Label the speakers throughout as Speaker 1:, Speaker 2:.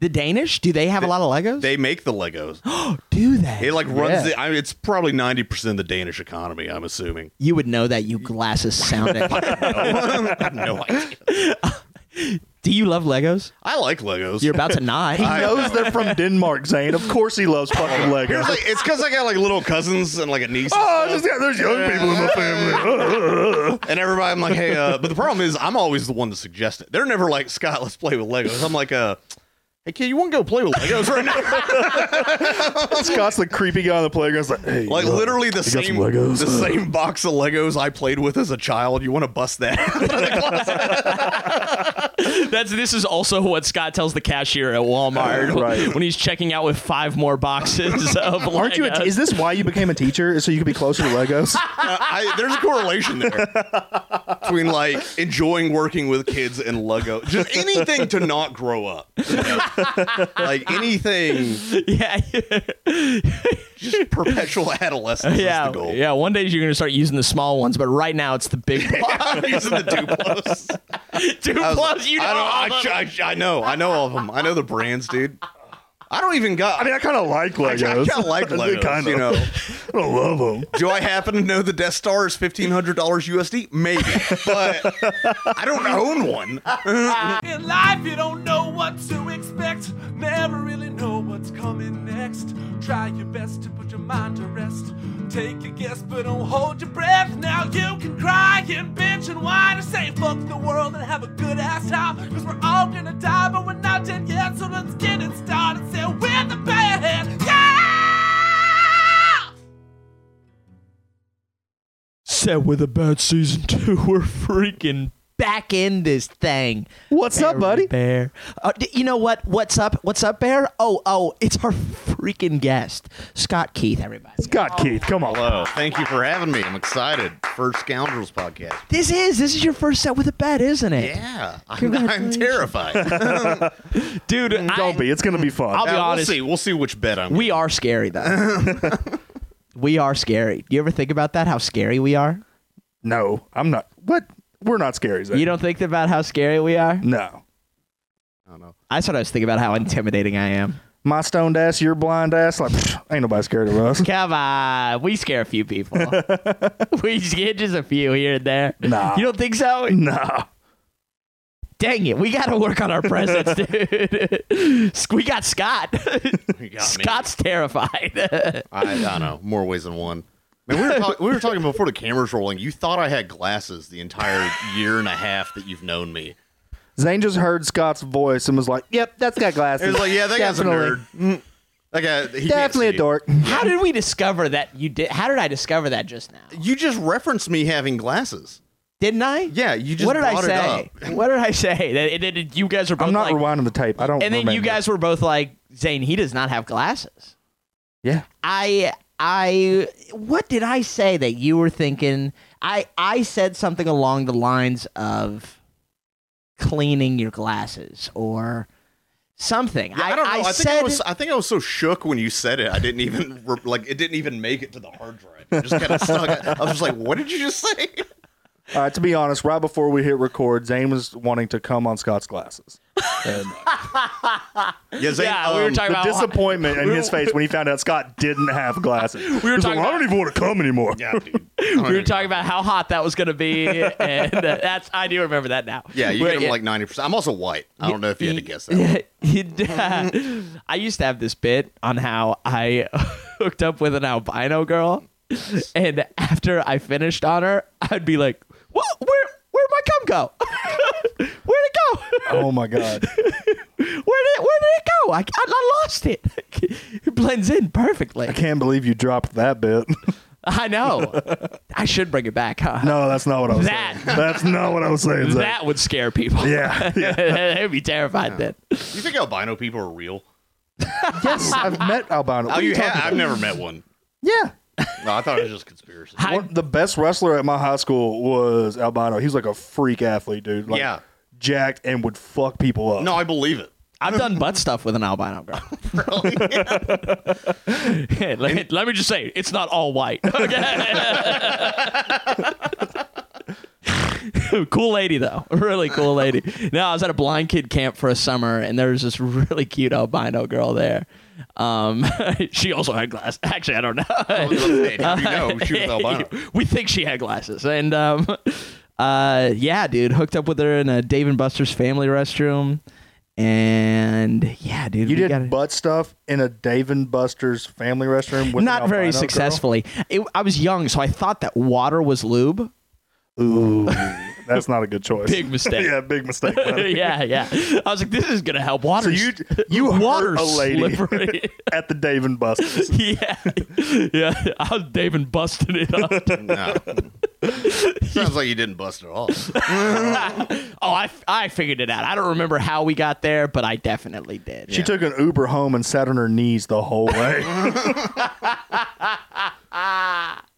Speaker 1: The Danish? Do they have a lot of Legos?
Speaker 2: They make the Legos.
Speaker 1: do that.
Speaker 2: It like runs.
Speaker 1: Yeah.
Speaker 2: The, I mean, it's probably ninety percent of the Danish economy. I'm assuming.
Speaker 1: You would know that, you glasses sounding.
Speaker 2: I have no idea.
Speaker 1: do you love Legos?
Speaker 2: I like Legos.
Speaker 1: You're about to not.
Speaker 3: He knows they're from Denmark, Zane. Of course he loves fucking
Speaker 2: Here's
Speaker 3: Legos.
Speaker 2: like, it's because I got like little cousins and like a niece, and
Speaker 3: Oh, I just got, there's young people in my family.
Speaker 2: stuff, and everybody. I'm like, hey, uh, but the problem is, I'm always the one to suggest it. They're never like, Scott, let's play with Legos. I'm like, uh, hey kid, you want to go play with Legos right now?
Speaker 3: Scott's the creepy guy on the playground. He's like, hey,
Speaker 2: like
Speaker 3: look,
Speaker 2: literally the
Speaker 3: you got
Speaker 2: same,
Speaker 3: some Legos?
Speaker 2: the same box of Legos I played with as a child. You want to bust that? out of the closet?
Speaker 4: That's this is also what Scott tells the cashier at Walmart
Speaker 3: Right.
Speaker 4: when he's checking out with five more boxes of
Speaker 3: Aren't you? A
Speaker 4: Legos.
Speaker 3: t- is this why you became a teacher? Is So you could be closer to Legos?
Speaker 2: I, there's a correlation there between like enjoying working with kids and Lego. Just anything to not grow up. you know? like anything,
Speaker 4: yeah,
Speaker 2: just perpetual adolescence is
Speaker 4: yeah,
Speaker 2: the goal.
Speaker 4: yeah. One day you're gonna start using the small ones, but right now it's the big
Speaker 2: I'm using the Duplos.
Speaker 4: two
Speaker 2: I was
Speaker 4: plus.
Speaker 2: like,
Speaker 4: You know,
Speaker 2: I,
Speaker 4: all
Speaker 2: don't-
Speaker 4: of
Speaker 2: I, I- I know. I know all of them. I know the brands, dude. I don't even got.
Speaker 3: I mean, I kind of like Legos.
Speaker 2: I kind of like Legos.
Speaker 3: kind
Speaker 2: You know,
Speaker 3: I don't love them.
Speaker 2: do I happen to know the Death Star is fifteen hundred dollars USD? Maybe, but I don't own one.
Speaker 5: In life, you don't know what to expect. Never really know what's coming next. Try your best to put your mind to rest. Take a guess, but don't hold your breath. Now you can cry and bitch and whine and say fuck the world and have a good ass time. Cause we're all gonna die, but we're not dead yet. So let's get it started. Say we're the band. Yeah!
Speaker 4: Set with a bad season two. We're freaking
Speaker 1: back in this thing.
Speaker 3: What's up, buddy?
Speaker 1: Bear. Uh, d- you know what? What's up? What's up, Bear? Oh, oh, it's our freaking guest, Scott Keith, everybody.
Speaker 3: Scott Keith, come on.
Speaker 2: Hello, thank you for having me. I'm excited. First Scoundrels podcast.
Speaker 1: This is this is your first set with a bet, isn't it?
Speaker 2: Yeah, I'm, I'm terrified.
Speaker 4: dude. I,
Speaker 3: Mm, Don't be. It's gonna be fun.
Speaker 4: I'll be
Speaker 2: Now,
Speaker 4: honest.
Speaker 2: We'll see. We'll see which bet I'm.
Speaker 1: We are scary though. we are scary. You ever think about that? How scary we are?
Speaker 3: no, I'm not. What? We're not scary. Zane.
Speaker 1: You don't think about how scary we are?
Speaker 3: No.
Speaker 2: I don't know.
Speaker 1: I thought I was thinking about how intimidating I am.
Speaker 3: My stoned ass, your blind ass. Like, pfft, ain't nobody scared of us.
Speaker 1: Come on, we scare a few people. we scare just a few here and there.
Speaker 3: Nah.
Speaker 1: You don't think so?
Speaker 3: Nah.
Speaker 1: Dang it, we got to work on our presence, dude. we got Scott.
Speaker 2: You got me.
Speaker 1: Scott's terrified.
Speaker 2: I, I don't know. More ways than one. Man, we were, talk- we were talking before the cameras rolling. You thought I had glasses the entire year and a half that you've known me.
Speaker 3: Zane just heard Scott's voice and was like, "Yep, that's got glasses."
Speaker 2: It was like, yeah, that guy's a nerd.
Speaker 3: Definitely.
Speaker 2: Mm. That guy, he can't
Speaker 3: Definitely a
Speaker 2: see.
Speaker 3: dork.
Speaker 1: how did we discover that you did? How did I discover that just now?
Speaker 2: You just referenced me having glasses.
Speaker 1: Didn't I?
Speaker 2: Yeah, you just
Speaker 1: What did I
Speaker 2: brought it
Speaker 1: say? What did I say? That- that- that you guys were both
Speaker 3: I'm not
Speaker 1: like,
Speaker 3: rewinding the tape. I don't.
Speaker 1: and then you
Speaker 3: remember.
Speaker 1: guys were both like, Zane, he does not have glasses.
Speaker 3: Yeah.
Speaker 1: I I what did I say that you were thinking? I I said something along the lines of cleaning your glasses or something.
Speaker 2: I, don't know. I, think
Speaker 1: said
Speaker 2: I was. I think I was so shook when you said it. I didn't even re- like. It didn't even make it to the hard drive. It just kind of stuck. I was just like, "What did you just say?"
Speaker 3: Uh, to be honest, right before we hit record, Zane was wanting to come on Scott's glasses. And
Speaker 2: Yeah, Zane,
Speaker 4: yeah, we were
Speaker 2: um,
Speaker 4: talking
Speaker 3: the
Speaker 4: about
Speaker 3: disappointment in his face when he found out Scott didn't have glasses. We
Speaker 4: were
Speaker 3: He's
Speaker 4: talking
Speaker 3: like, "Well, I
Speaker 4: about-
Speaker 3: don't even want to come anymore.
Speaker 2: Yeah, dude.
Speaker 4: we were talking about how hot that was going to be, and uh, that's I do remember that now.
Speaker 2: Yeah, you
Speaker 4: Where-
Speaker 2: get him like ninety percent. I'm also white. I don't know if you had to guess that. one.
Speaker 4: Yeah, he d- I used to have this bit on how I hooked up with an albino girl, and after I finished on her, I'd be like, "What? Where? Where'd my cum go? where'd it go?
Speaker 3: Oh my god.
Speaker 4: Where did it, Where did it go? I, I- I lost it. it blends in perfectly.
Speaker 3: I can't believe you dropped that bit.
Speaker 4: I know. I should bring it back, huh?
Speaker 3: No, that's not what I was
Speaker 4: That-
Speaker 3: saying. That's not what I was saying. Zane.
Speaker 4: That would scare people.
Speaker 3: Yeah, yeah.
Speaker 4: They'd be terrified then.
Speaker 2: Do you think albino people are real?
Speaker 3: Yes, I've met albino. What
Speaker 2: Oh,
Speaker 3: are
Speaker 2: you
Speaker 3: talking
Speaker 2: have? I've never met one.
Speaker 3: Yeah.
Speaker 2: No, I thought it was just conspiracy.
Speaker 4: I-
Speaker 3: One, the best wrestler at my high school was Albino. He was like a freak athlete, dude. Like,
Speaker 2: Yeah.
Speaker 3: Jacked and would fuck people up.
Speaker 2: No, I believe it.
Speaker 1: I've done butt stuff with an albino girl.
Speaker 4: let, let me just say, it's not all white. Okay? cool lady though, really cool lady. No, I was at a blind kid camp for a summer, and there was this really cute albino girl there. Um, she also had glasses. Actually, I don't know.
Speaker 2: How do you know she was albino?
Speaker 4: we think she had glasses, and um, uh, yeah, dude, hooked up with her in a Dave and Buster's family restroom, and yeah, dude,
Speaker 3: You
Speaker 4: we
Speaker 3: did
Speaker 4: got it-
Speaker 3: butt stuff in a Dave and Buster's family restroom. With
Speaker 4: not
Speaker 3: an
Speaker 4: very
Speaker 3: albino girl?
Speaker 4: successfully. It, I was young, so I thought that water was lube.
Speaker 3: Ooh, that's not a good choice.
Speaker 4: Big mistake.
Speaker 3: yeah, big mistake. buddy.
Speaker 4: yeah, yeah. I was like, this is gonna help.
Speaker 3: So
Speaker 4: Water,
Speaker 3: you you
Speaker 4: water
Speaker 3: hurt a lady
Speaker 4: slippery.
Speaker 3: at the Dave and Buster's.
Speaker 4: yeah, yeah. I was Dave and busted it up.
Speaker 2: No. Sounds like you didn't bust at all.
Speaker 4: oh, I, I figured it out. I don't remember how we got there, but I definitely did.
Speaker 3: She took an Uber home and sat on her knees the whole way.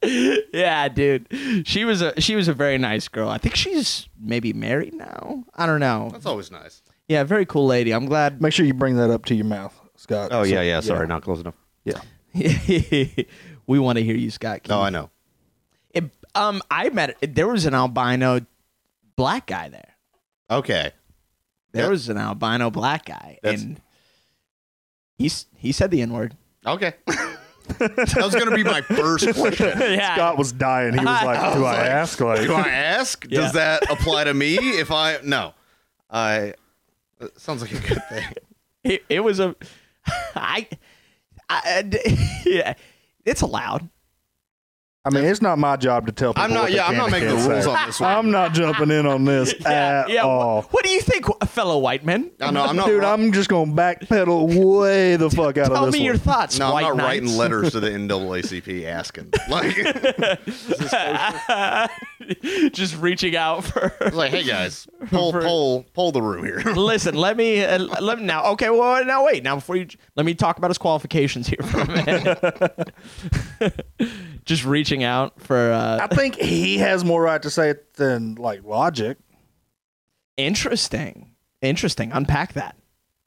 Speaker 4: yeah, dude. She was a she was a very nice girl. I think she's maybe married now. I don't know.
Speaker 2: That's always nice.
Speaker 4: Yeah, very cool lady. I'm glad
Speaker 3: Make sure you bring that up to your mouth, Scott.
Speaker 6: Oh
Speaker 3: So-
Speaker 6: yeah, yeah. Sorry, not close enough. Yeah.
Speaker 4: we want to hear you, Scott.
Speaker 2: No,
Speaker 4: Keith.
Speaker 2: I know.
Speaker 4: It- um, I met there was an albino black guy there.
Speaker 2: Okay.
Speaker 4: There
Speaker 2: Yeah.
Speaker 4: was an albino black guy,
Speaker 2: That's-
Speaker 4: and he's he said the n word.
Speaker 2: Okay. that was going to be my first question.
Speaker 4: yeah,
Speaker 3: Scott was dying. He was like, "Do I, ask?" Like,
Speaker 2: Do I ask?
Speaker 4: Yeah.
Speaker 2: Does that apply to me if I. No. I. It sounds like a good thing.
Speaker 4: it, it was a I, I I- yeah, it's allowed.
Speaker 3: I mean, it's not my job to tell people.
Speaker 2: I'm not.
Speaker 3: what they
Speaker 2: Yeah, I'm
Speaker 3: can
Speaker 2: not
Speaker 3: and
Speaker 2: making the
Speaker 3: can't
Speaker 2: rules
Speaker 3: say.
Speaker 2: on this one.
Speaker 3: I'm not jumping in on this at
Speaker 4: yeah, wh-
Speaker 3: all.
Speaker 4: What, do you think, fellow white men?
Speaker 2: Uh, oh. I know. I'm not.
Speaker 3: Dude,
Speaker 2: ri-
Speaker 3: I'm just gonna backpedal way the fuck out
Speaker 4: Tell
Speaker 3: of
Speaker 4: me
Speaker 3: this
Speaker 4: your
Speaker 3: one.
Speaker 4: thoughts.
Speaker 2: No, I'm
Speaker 4: white
Speaker 2: not writing
Speaker 4: knights.
Speaker 2: letters to the NAACP asking. Like,
Speaker 4: Just reaching out for.
Speaker 2: it's like, hey guys, pull, pull, pull the room here.
Speaker 4: Listen, let me uh, let me now. Okay, well now wait now before you let me talk about his qualifications here for a minute. Just reaching out for uh,
Speaker 3: I think he has more right to say it than like logic.
Speaker 4: interesting, interesting. Unpack that.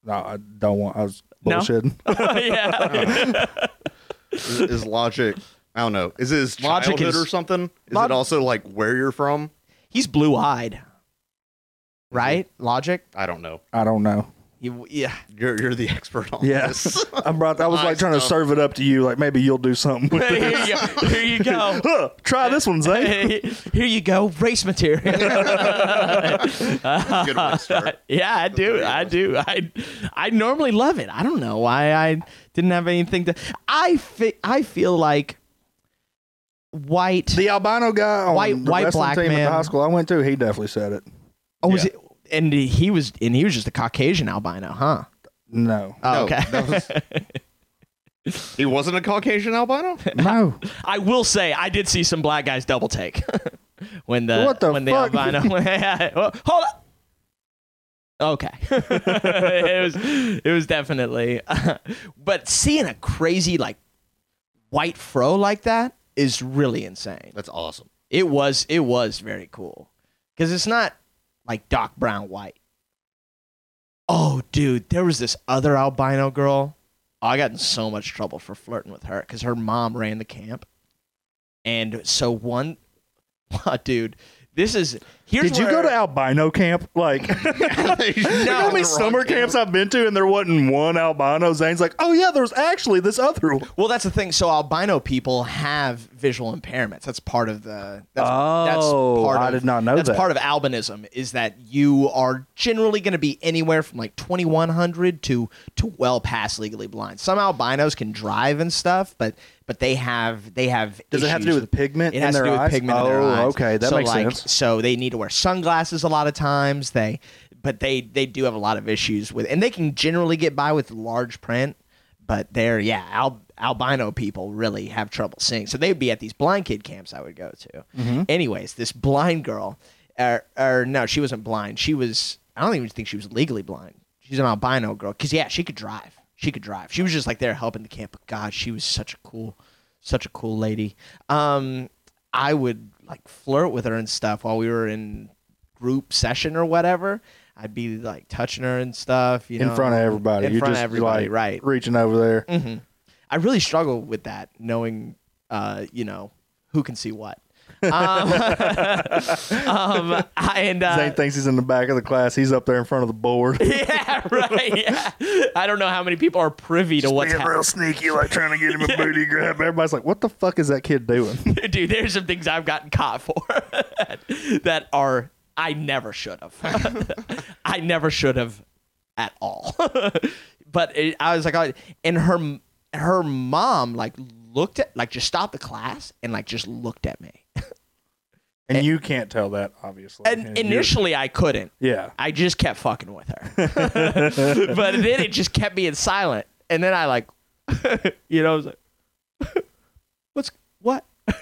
Speaker 3: No, I don't want. I was
Speaker 4: No?
Speaker 3: bullshitting.
Speaker 4: yeah.
Speaker 2: is, is logic? I don't know. Is his
Speaker 4: Logic
Speaker 2: childhood
Speaker 4: is-
Speaker 2: or something? Is
Speaker 4: Log-
Speaker 2: it also like where you're from?
Speaker 4: He's blue eyed. Right? Logic?
Speaker 2: I don't know.
Speaker 3: I don't know.
Speaker 4: You, yeah.
Speaker 2: You're you're the expert on
Speaker 3: Yes,
Speaker 2: this.
Speaker 3: I brought. I was like trying to serve it up to you. Like maybe you'll do something with
Speaker 4: Here
Speaker 3: it.
Speaker 4: you go. Here you go.
Speaker 3: Huh, try this one, Zane.
Speaker 4: Here you go. Race material.
Speaker 2: Good way to start.
Speaker 4: yeah, I do. I do. I I normally love it. I don't know why I didn't have anything to. I fe- I feel like white.
Speaker 3: The albino guy on
Speaker 4: White-
Speaker 3: the
Speaker 4: white
Speaker 3: wrestling
Speaker 4: black
Speaker 3: team at
Speaker 4: man.
Speaker 3: the high school I went to, he definitely said it.
Speaker 4: oh, was it? And he was and he was just a Caucasian albino, huh?
Speaker 3: No,
Speaker 4: Oh,
Speaker 2: No,
Speaker 4: okay.
Speaker 2: that was- he wasn't a Caucasian albino.
Speaker 3: no.
Speaker 4: I will say I did see some black guys double take when the
Speaker 3: What the
Speaker 4: when
Speaker 3: fuck?
Speaker 4: the albino. Well, Hold up. Okay, it was it was definitely, but seeing a crazy like white fro like that is really insane.
Speaker 2: That's awesome.
Speaker 4: It was it was very cool because it's not like Doc Brown white. Oh, dude, there was this other albino girl. Oh, I got in so much trouble for flirting with her because her mom ran the camp, and so one, oh, dude, this is here's
Speaker 3: Did you go
Speaker 4: where-
Speaker 3: to albino camp? Like, you know how many summer camps I've been to, and there wasn't one albino. Zane's like, oh yeah, there's actually this other one.
Speaker 4: Well, that's the thing. So albino people have visual impairments. That's part of the. That's,
Speaker 3: Oh,
Speaker 4: that's part
Speaker 3: I
Speaker 4: of,
Speaker 3: did not know
Speaker 4: That's
Speaker 3: that.
Speaker 4: part of albinism is that you are generally going to be anywhere from like twenty one hundred to to well past legally blind. Some albinos can drive and stuff, but but they have they have.
Speaker 3: Does it have to
Speaker 4: issues
Speaker 3: do with pigment
Speaker 4: It
Speaker 3: in
Speaker 4: has
Speaker 3: their
Speaker 4: to do
Speaker 3: eyes?
Speaker 4: with pigment in their
Speaker 3: Oh,
Speaker 4: eyes.
Speaker 3: okay, that
Speaker 4: so
Speaker 3: makes
Speaker 4: like,
Speaker 3: sense.
Speaker 4: So they need to wear sunglasses a lot of times. They, but they they do have a lot of issues with, and they can generally get by with large print, but they're yeah al- albino people really have trouble seeing. So they'd be at these blind kid camps I would go to. Anyways, this blind girl, or or no, she wasn't blind. She was I don't even think she was legally blind. She's an albino girl because yeah, she could drive. She could drive. She was just like there helping the camp. But God, she was such a cool, such a cool lady. Um, I would like flirt with her and stuff while we were in group session or whatever. I'd be like touching her and stuff, you
Speaker 3: in
Speaker 4: know,
Speaker 3: front of everybody.
Speaker 4: In
Speaker 3: You're
Speaker 4: front
Speaker 3: just
Speaker 4: of everybody,
Speaker 3: like,
Speaker 4: right? Mm-hmm.
Speaker 3: Reaching over there.
Speaker 4: I really struggle with that, knowing, uh, you know, who can see what. Um, um, and uh,
Speaker 3: Zane thinks he's in the back of the class. He's up there in front of the board.
Speaker 4: yeah, right. Yeah. I don't know how many people are privy to what's happening.
Speaker 3: sneaky, like trying to get him a booty grab. Everybody's like, "What the fuck is that kid doing?"
Speaker 4: Dude, there's some things I've gotten caught for that are I never should have. I never should have at all. but it, I was like, I- and her her mom like looked at like just stopped the class and like just looked at me.
Speaker 3: And you can't tell that, obviously.
Speaker 4: And
Speaker 3: you're-
Speaker 4: initially, I couldn't.
Speaker 3: yeah,
Speaker 4: I just kept fucking with her. but then it just kept being silent. And then I like, you know, I was like, what's what?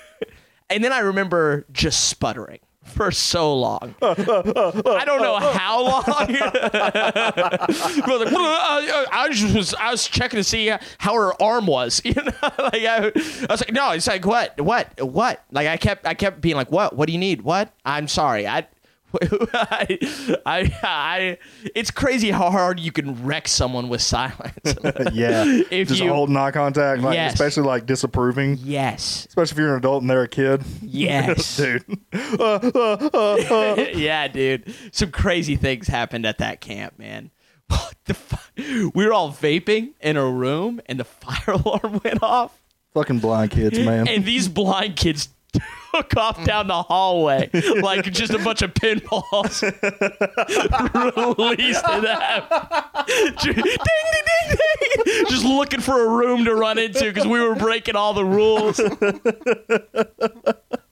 Speaker 4: and then I remember just sputtering for so long. I don't know how long. but like, "Well, uh, uh, I just was, I was checking to see how her arm was. You know, like I, I was like, no, it's like what, what, what? Like I kept, I kept being like, what, what do you need? What? I'm sorry, I. I, I, I, it's crazy how hard you can wreck someone with silence.
Speaker 3: yeah.
Speaker 4: If
Speaker 3: just
Speaker 4: you-
Speaker 3: holding eye contact, like
Speaker 4: Yes.
Speaker 3: especially like disapproving,
Speaker 4: yes,
Speaker 3: especially if you're an adult and they're a kid,
Speaker 4: yes,
Speaker 3: dude. Uh, uh, uh, uh.
Speaker 4: yeah, dude. Some crazy things happened at that camp, man. What the fuck? We were all vaping in a room, and the fire alarm went off,
Speaker 3: Fucking blind kids, man.
Speaker 4: and these blind kids took off down the hallway like just a bunch of pinballs released to them. Ju- ding, ding, ding, ding. Just looking for a room to run into because we were breaking all the rules.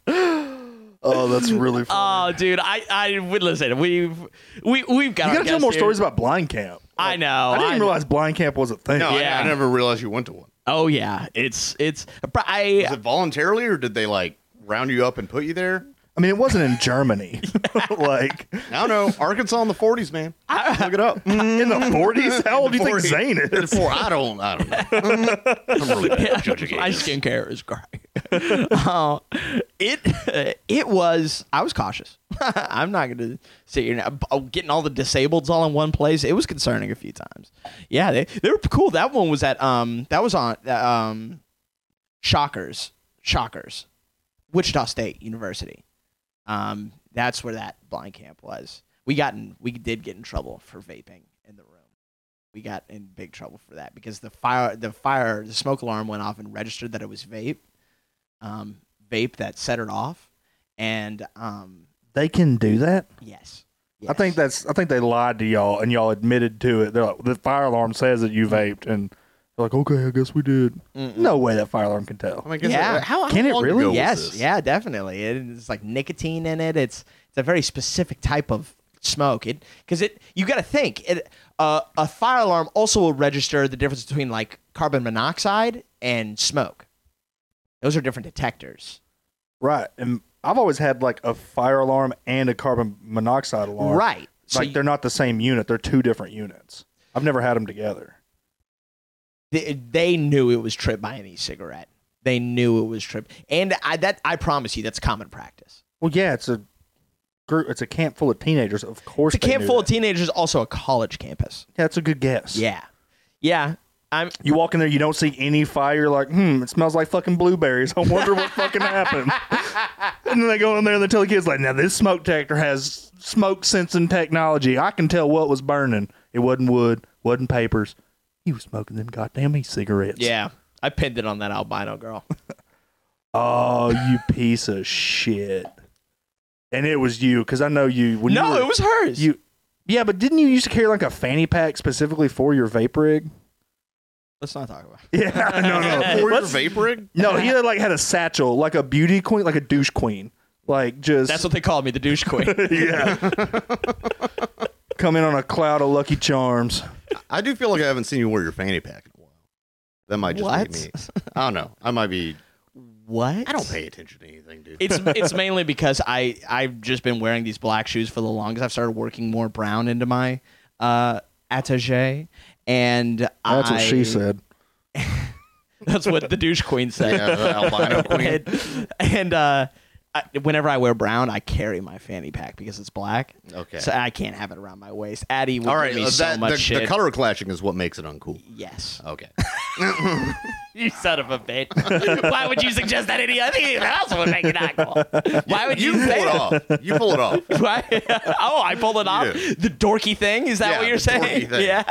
Speaker 3: oh, that's really funny.
Speaker 4: Oh, dude, I, I, we- listen, we've, we, we've got.
Speaker 3: you
Speaker 4: our
Speaker 3: gotta tell
Speaker 4: guest
Speaker 3: more
Speaker 4: here.
Speaker 3: stories about blind camp.
Speaker 4: I know.
Speaker 3: I didn't
Speaker 4: I
Speaker 3: even
Speaker 4: know.
Speaker 3: realize blind camp was a thing.
Speaker 2: No,
Speaker 4: Yeah.
Speaker 2: I, I never realized you went to one.
Speaker 4: Oh yeah, it's it's.
Speaker 2: Is
Speaker 4: but I
Speaker 2: it voluntarily or did they like round you up and put you there?
Speaker 3: I mean, it wasn't in Germany, like
Speaker 2: I don't know. Arkansas in the forties, man. Look it up.
Speaker 3: in the 40s. How old do you think
Speaker 2: 40s.
Speaker 3: Zane is?
Speaker 2: Before I don't, I don't know. I'm really bad at judging
Speaker 4: my
Speaker 2: ages.
Speaker 4: skincare is great. Uh, it it was. I was cautious. I'm not gonna sit here now. oh, Getting all the disableds all in one place. It was concerning a few times. Yeah, they they were cool. That one was at um that was on uh, um, Shockers Shockers, Wichita State University. Um, that's where that blind camp was. We got in, we did get in trouble for vaping in the room. We got in big trouble for that because the fire, the fire, the smoke alarm went off and registered that it was vape, um, vape that set it off, and um,
Speaker 3: They can do that.
Speaker 4: yes,
Speaker 3: I think
Speaker 4: yes.
Speaker 3: that's. I think they lied to y'all, and y'all admitted to it. They're like, the fire alarm says that you vaped, and they're like, okay, I guess we did. No way that fire alarm can
Speaker 2: I
Speaker 3: tell.
Speaker 2: mean, I guess-
Speaker 4: Yeah.
Speaker 2: How, how
Speaker 3: Can it Uh,
Speaker 2: long
Speaker 3: really?
Speaker 2: ago was
Speaker 4: yes,
Speaker 2: this?
Speaker 4: yeah, definitely. It- it's like nicotine in it. It's it's a very specific type of smoke. It because it you got to think it. Uh, a fire alarm also will register the difference between like carbon monoxide and smoke. Those are different detectors.
Speaker 3: Right, and I've always had like a fire alarm and a carbon monoxide alarm.
Speaker 4: Right. So
Speaker 3: like
Speaker 4: you-
Speaker 3: they're not the same unit; they're two different units. I've never had them together.
Speaker 4: they, they knew it was trip by an e-cigarette. They knew it was trip, and I that I promise you that's common practice.
Speaker 3: Well, yeah, it's a group. It's a camp full of teenagers. Of course,
Speaker 4: It's a
Speaker 3: they
Speaker 4: camp
Speaker 3: knew
Speaker 4: full of
Speaker 3: that.
Speaker 4: teenagers, also a college campus.
Speaker 3: Yeah, that's a good guess.
Speaker 4: Yeah, yeah. I'm
Speaker 3: You walk in there, you don't see any fire. You're like, hmm, it smells like fucking blueberries. I wonder what fucking happened. And then they go in there and they tell the kids, like, now this smoke detector has smoke sensing technology. I can tell what was burning. It wasn't wood, wasn't papers. He was smoking them goddamn e cigarettes.
Speaker 4: yeah. I pinned it on that albino girl.
Speaker 3: Oh, you piece of shit. And it was you, because I know you. When you
Speaker 4: no,
Speaker 3: were-
Speaker 4: it was hers.
Speaker 3: You, yeah, but didn't you used to carry like a fanny pack specifically for your vape rig?
Speaker 4: Let's not talk about. It.
Speaker 3: Yeah, no,
Speaker 2: Before
Speaker 3: no.
Speaker 2: you were
Speaker 3: Let's-
Speaker 2: vaporing?
Speaker 3: No, he had like had a satchel, like a beauty queen, like a douche queen, like just
Speaker 4: That's what they called me, the douche queen.
Speaker 3: yeah. Come in on a cloud of Lucky Charms.
Speaker 2: I do feel like I haven't seen you wear your fanny pack in a while. That might just
Speaker 4: What?
Speaker 2: be me. I don't know. I might be.
Speaker 4: what?
Speaker 2: I don't pay attention to anything, dude.
Speaker 4: It's it's mainly because I I've just been wearing these black shoes for the longest. I've started working more brown into my uh attaché, and
Speaker 3: That's
Speaker 4: I,
Speaker 3: what she said.
Speaker 4: That's what the douche queen said.
Speaker 2: yeah, the albino queen.
Speaker 4: and, and, uh, I, whenever I wear brown, I carry my fanny pack because it's black.
Speaker 2: Okay.
Speaker 4: So I can't have it around my waist. Addie would
Speaker 2: All
Speaker 4: give
Speaker 2: right,
Speaker 4: me
Speaker 2: uh,
Speaker 4: so
Speaker 2: that,
Speaker 4: much
Speaker 2: the,
Speaker 4: shit.
Speaker 2: the color clashing is what makes it uncool.
Speaker 4: yes.
Speaker 2: Okay.
Speaker 4: You son of a bitch. Why would you suggest that any other anyone else would make an alcohol? Why would you,
Speaker 2: You pull
Speaker 4: say
Speaker 2: it
Speaker 4: that?
Speaker 2: off. You pull it off.
Speaker 4: Why? oh, I pulled it off.
Speaker 2: Yeah.
Speaker 4: The dorky thing? Is that
Speaker 2: Yeah,
Speaker 4: what you're
Speaker 2: the
Speaker 4: saying?
Speaker 2: dorky thing.
Speaker 4: Yeah.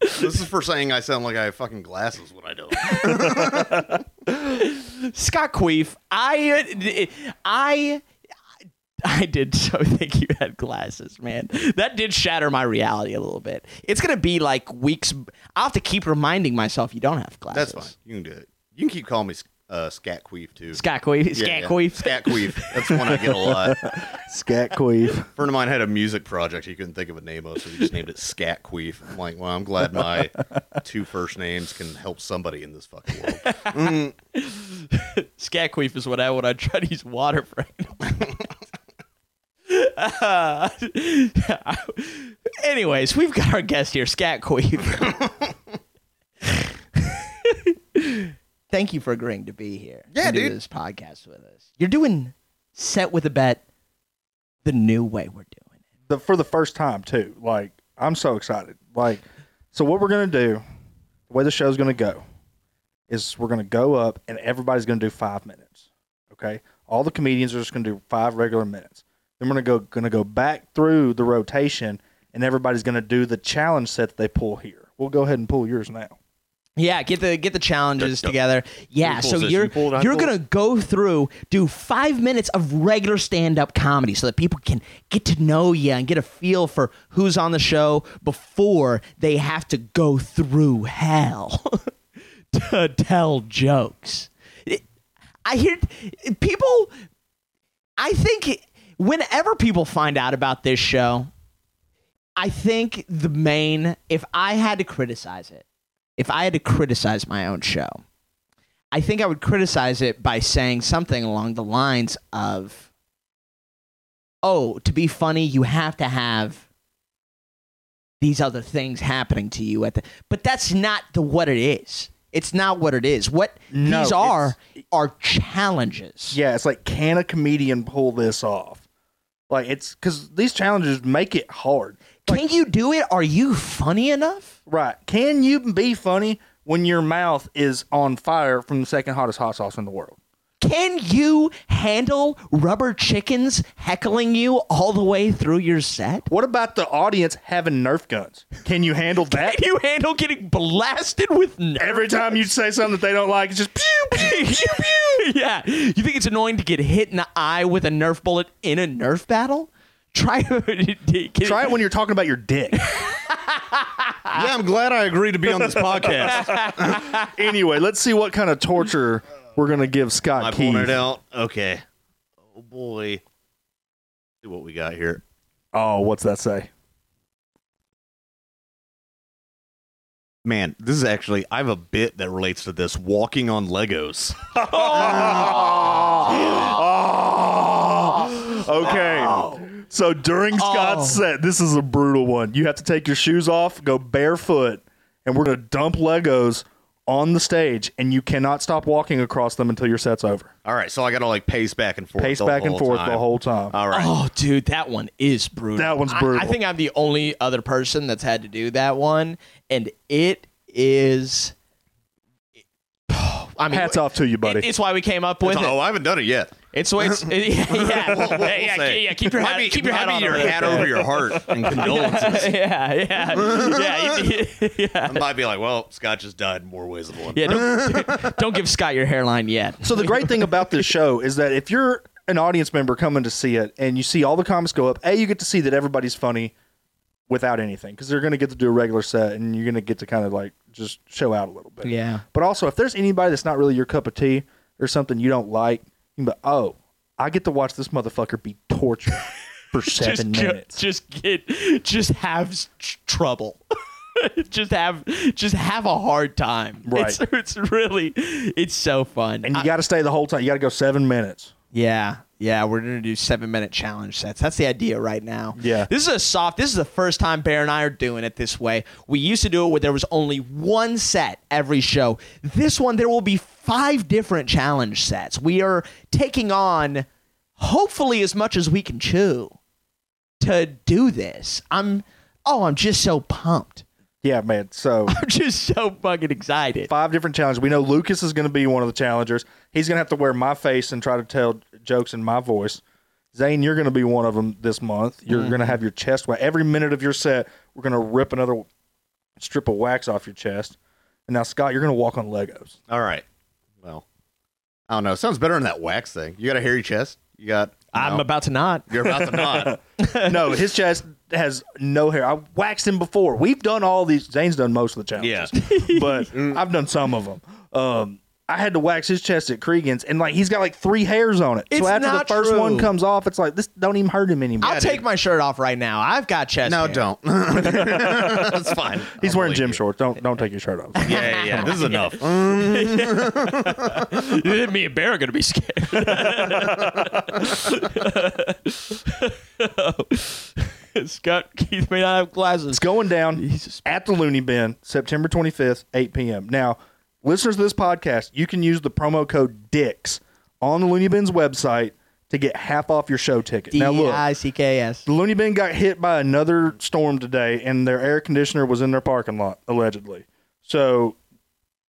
Speaker 2: This is for saying I sound like I have fucking glasses when I don't.
Speaker 4: Scott Queef, I, I, I did so think you had glasses, man. That did shatter my reality a little bit. It's gonna be like weeks. I'll have to keep reminding myself you don't have
Speaker 2: That's
Speaker 4: glasses.
Speaker 2: fine. You can do it. You can keep calling me uh, Scat Queef too.
Speaker 4: Scott Queef,
Speaker 2: Yeah,
Speaker 4: Scat
Speaker 2: yeah.
Speaker 4: Queef,
Speaker 2: Scat Queef. That's one I get a lot.
Speaker 3: Scat queef.
Speaker 2: friend of mine had a music project he couldn't think of a name of, so he just named it Scat Queef. I'm like, well, I'm glad my two first names can help somebody in this fucking world.
Speaker 4: Scat Queef is what I when I try to use water for. Uh, anyways, we've got our guest here, Scat Queef.
Speaker 1: Thank you for agreeing to be here.
Speaker 2: Yeah,
Speaker 1: and do
Speaker 2: dude.
Speaker 1: this podcast with us. You're doing set with a bet the new way we're doing it.
Speaker 3: The, for the first time too. Like I'm so excited. Like so, what we're gonna do, the way the show's gonna go, is we're gonna go up and everybody's gonna do five minutes. Okay, all the comedians are just gonna do five regular minutes. Then we're gonna go gonna go back through the rotation, and everybody's gonna do the challenge set that they pull here. We'll go ahead and pull yours now.
Speaker 4: yeah, get the get the challenges together.
Speaker 1: Yeah, so
Speaker 2: pulls this?
Speaker 1: you're
Speaker 2: You pulled, I
Speaker 1: you're
Speaker 2: pulled.
Speaker 1: gonna go through do five minutes of regular stand up comedy so that people can get to know you and get a feel for who's on the show before they have to go through hell to tell jokes. It- I hear people. I think whenever people find out about this show, I think the main, if I had to criticize it, if I had to criticize my own show, I think I would criticize it by saying something along the lines of, oh, to be funny, you have to have these other things happening to you at the but that's not the what it is it's not what it is what
Speaker 3: No,
Speaker 1: these are
Speaker 3: it's-
Speaker 1: are challenges
Speaker 3: Yeah, it's like can a comedian pull this off? Like it's because these challenges make it hard.
Speaker 1: Can you do it? Are you funny enough?
Speaker 3: Right. Can you be funny when your mouth is on fire from the second hottest hot sauce in the world?
Speaker 1: Can you handle rubber chickens heckling you all the way through your set?
Speaker 3: What about the audience having Nerf guns? Can you handle that?
Speaker 4: You handle getting blasted with nerves.
Speaker 3: Every time you say something that they don't like, it's just pew, pew.
Speaker 4: yeah. You think it's annoying to get hit in the eye with a Nerf bullet in a Nerf battle? Try
Speaker 3: Try it when you're talking about your dick.
Speaker 2: Yeah, I'm glad I agreed to be on this podcast.
Speaker 3: anyway, let's see what kind of torture we're gonna give
Speaker 2: I
Speaker 3: Scott
Speaker 2: pulled
Speaker 3: Keith.
Speaker 2: it out. Okay. Oh boy. See what we got here.
Speaker 3: Oh, what's that say?
Speaker 2: Man, this is actually I have a bit that relates to this walking on Legos.
Speaker 3: Oh! Okay. So
Speaker 2: Oh.
Speaker 3: during Scott's set, this is a brutal one. You have to take your shoes off, go barefoot, and we're going to dump Legos on the stage, and you cannot stop walking across them until your set's over.
Speaker 2: All right, so I got to like pace back and forth.
Speaker 3: Pace
Speaker 2: the
Speaker 3: back and
Speaker 2: whole
Speaker 3: forth
Speaker 2: time. Uh,
Speaker 3: the whole time.
Speaker 2: All right.
Speaker 4: Oh, dude, that one is brutal.
Speaker 3: That one's
Speaker 4: I- I,
Speaker 3: brutal.
Speaker 4: think I'm the only other person that's had to do that one, and it is. I mean,
Speaker 3: Hats off to you, buddy.
Speaker 4: it- it's why we came up with
Speaker 2: It's-
Speaker 4: it.
Speaker 2: oh, I haven't done it yet.
Speaker 4: It's why it's, it- yeah, yeah, yeah, yeah,
Speaker 2: say.
Speaker 4: yeah, Keep your
Speaker 2: Might
Speaker 4: hat,
Speaker 2: be-
Speaker 4: keep your
Speaker 2: might
Speaker 4: hat
Speaker 2: be
Speaker 4: on
Speaker 2: your
Speaker 4: over
Speaker 2: hat
Speaker 4: there.
Speaker 2: over your heart and condolences.
Speaker 4: yeah, yeah, yeah, you- yeah.
Speaker 2: I might be like, well, Scott just died in more ways than one.
Speaker 4: Yeah, don't, don't give Scott your hairline yet.
Speaker 3: So the great thing about this show is that if you're an audience member coming to see it and you see all the comments go up, a you get to see that everybody's funny without anything because they're going to get to do a regular set and you're going to get to kind of like just show out a little bit.
Speaker 1: Yeah.
Speaker 3: But also, if there's anybody that's not really your cup of tea or something you don't like, you can be, oh, I get to watch this motherfucker be tortured for
Speaker 4: just,
Speaker 3: seven
Speaker 4: go-
Speaker 3: minutes.
Speaker 4: just get, just have s- tr- trouble. just have, just have a hard time.
Speaker 3: Right.
Speaker 4: It's, it's really, it's so fun.
Speaker 3: and you got to stay the whole time. You got to go seven minutes.
Speaker 4: Yeah, yeah, we're gonna do seven minute challenge sets. That's the idea right now.
Speaker 3: Yeah.
Speaker 4: this is a soft. This is the first time Bear and I are doing it this way. We used to do it where there was only one set every show. This one, there will be five different challenge sets. We are taking on, hopefully, as much as we can chew to do this. I'm, oh, I'm just so pumped.
Speaker 3: Yeah, man. So
Speaker 4: I'm just so fucking excited.
Speaker 3: five different challenges. We know Lucas is going to be one of the challengers. He's going to have to wear my face and try to tell jokes in my voice. Zane, you're going to be one of them this month. You're going to have your chest wet. Every minute of your set, we're going to rip another strip of wax off your chest. And now, Scott, you're going to walk on Legos.
Speaker 2: All right. Well, I don't know. Sounds better than that wax thing. You got a hairy chest. You got. you
Speaker 4: I'm
Speaker 2: know,
Speaker 4: about to not.
Speaker 2: You're about to nod.
Speaker 3: no, his chest has no hair. I waxed him before. We've done all these. Zane's done most of the challenges, but
Speaker 4: Mm.
Speaker 3: I've done some of them. Um, I had to wax his chest at Cregan's, and like he's got like three hairs on it.
Speaker 4: It's
Speaker 3: so after
Speaker 4: not
Speaker 3: the first
Speaker 4: true.
Speaker 3: one comes off, it's like this don't even hurt him anymore.
Speaker 4: I'll take my shirt off right now. I've got chest.
Speaker 2: No,
Speaker 4: hair.
Speaker 2: don't. That's fine.
Speaker 3: He's
Speaker 2: I'll
Speaker 3: wearing
Speaker 2: believe
Speaker 3: gym
Speaker 2: you.
Speaker 3: shorts. Don't don't take your shirt off.
Speaker 2: Yeah, yeah, yeah. This is enough.
Speaker 4: Me and Bear are gonna be scared. Scott Keith may not have glasses.
Speaker 3: It's going down
Speaker 4: Jesus.
Speaker 3: at the Looney Bin, September 25th, 8 p.m. Now, listeners to this podcast, you can use the promo code DIX on the Looney Bin's website to get half off your show ticket.
Speaker 1: D
Speaker 3: Now, look,
Speaker 1: I C K S.
Speaker 3: The Looney Bin got hit by another storm today, and their air conditioner was in their parking lot allegedly. So,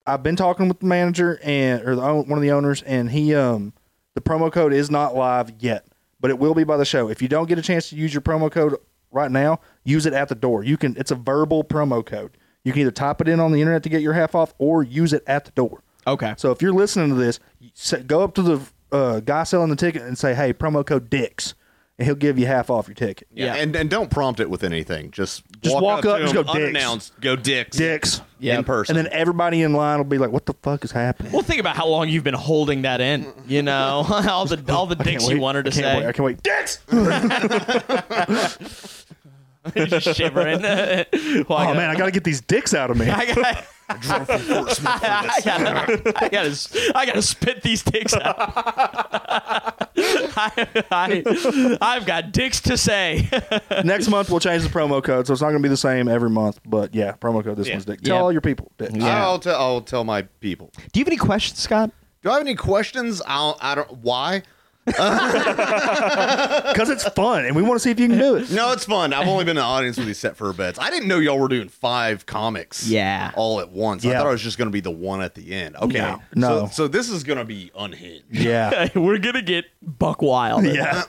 Speaker 3: I've been talking with the manager and or the, own- one of the owners, and he um the promo code is not live yet, but it will be by the show. If you don't get a chance to use your promo code right now, use it at the door. You can it's a verbal promo code. You can either type it in on the internet to get your half off, or use it at the door.
Speaker 4: Okay.
Speaker 3: So if you're listening to this, you s- go up to the uh, guy selling the ticket and say, "Hey, promo code Dix," and he'll give you half off your ticket.
Speaker 2: Yeah.
Speaker 4: Yeah.
Speaker 2: And and don't prompt it with anything. Just
Speaker 3: Just walk up,
Speaker 2: to
Speaker 3: just
Speaker 2: him,
Speaker 3: go, "Dicks."
Speaker 2: unannounced. Go dicks.
Speaker 3: Dix,
Speaker 2: In person.
Speaker 3: and then everybody in line will be like, "What the fuck is happening?"
Speaker 4: Well, think about how long you've been holding that in. You know, all the all the dicks you wanted to
Speaker 3: I can't Wait, I
Speaker 4: say.
Speaker 3: can't wait. Oh, Dix.
Speaker 4: Just shivering.
Speaker 3: Oh man, I gotta get these dicks out of me.
Speaker 4: uh, I got. I gotta, I gotta, I gotta spit these dicks out. I, I, I've got dicks to say.
Speaker 3: Next month we'll change the promo code, so it's not gonna be the same every month. But yeah, promo code this one's Dix. Tell
Speaker 4: Yeah.
Speaker 3: all your people, Dix.
Speaker 2: I'll tell. I'll tell my people.
Speaker 1: Do you have any questions, Scott?
Speaker 2: Do I have any questions? I'll, I don't. Why?
Speaker 3: because it's fun, and we want to see if you can do it.
Speaker 2: No, it's fun. I've only been in the audience with these set for bets. I didn't know y'all were doing five comics.
Speaker 1: Yeah.
Speaker 2: All at once. I
Speaker 3: Yeah.
Speaker 2: thought I was just going to be the one at the end. Okay.
Speaker 3: No. No.
Speaker 2: So, so this is going to be unhinged.
Speaker 3: Yeah,
Speaker 4: We're gonna get buck wild.
Speaker 3: yeah.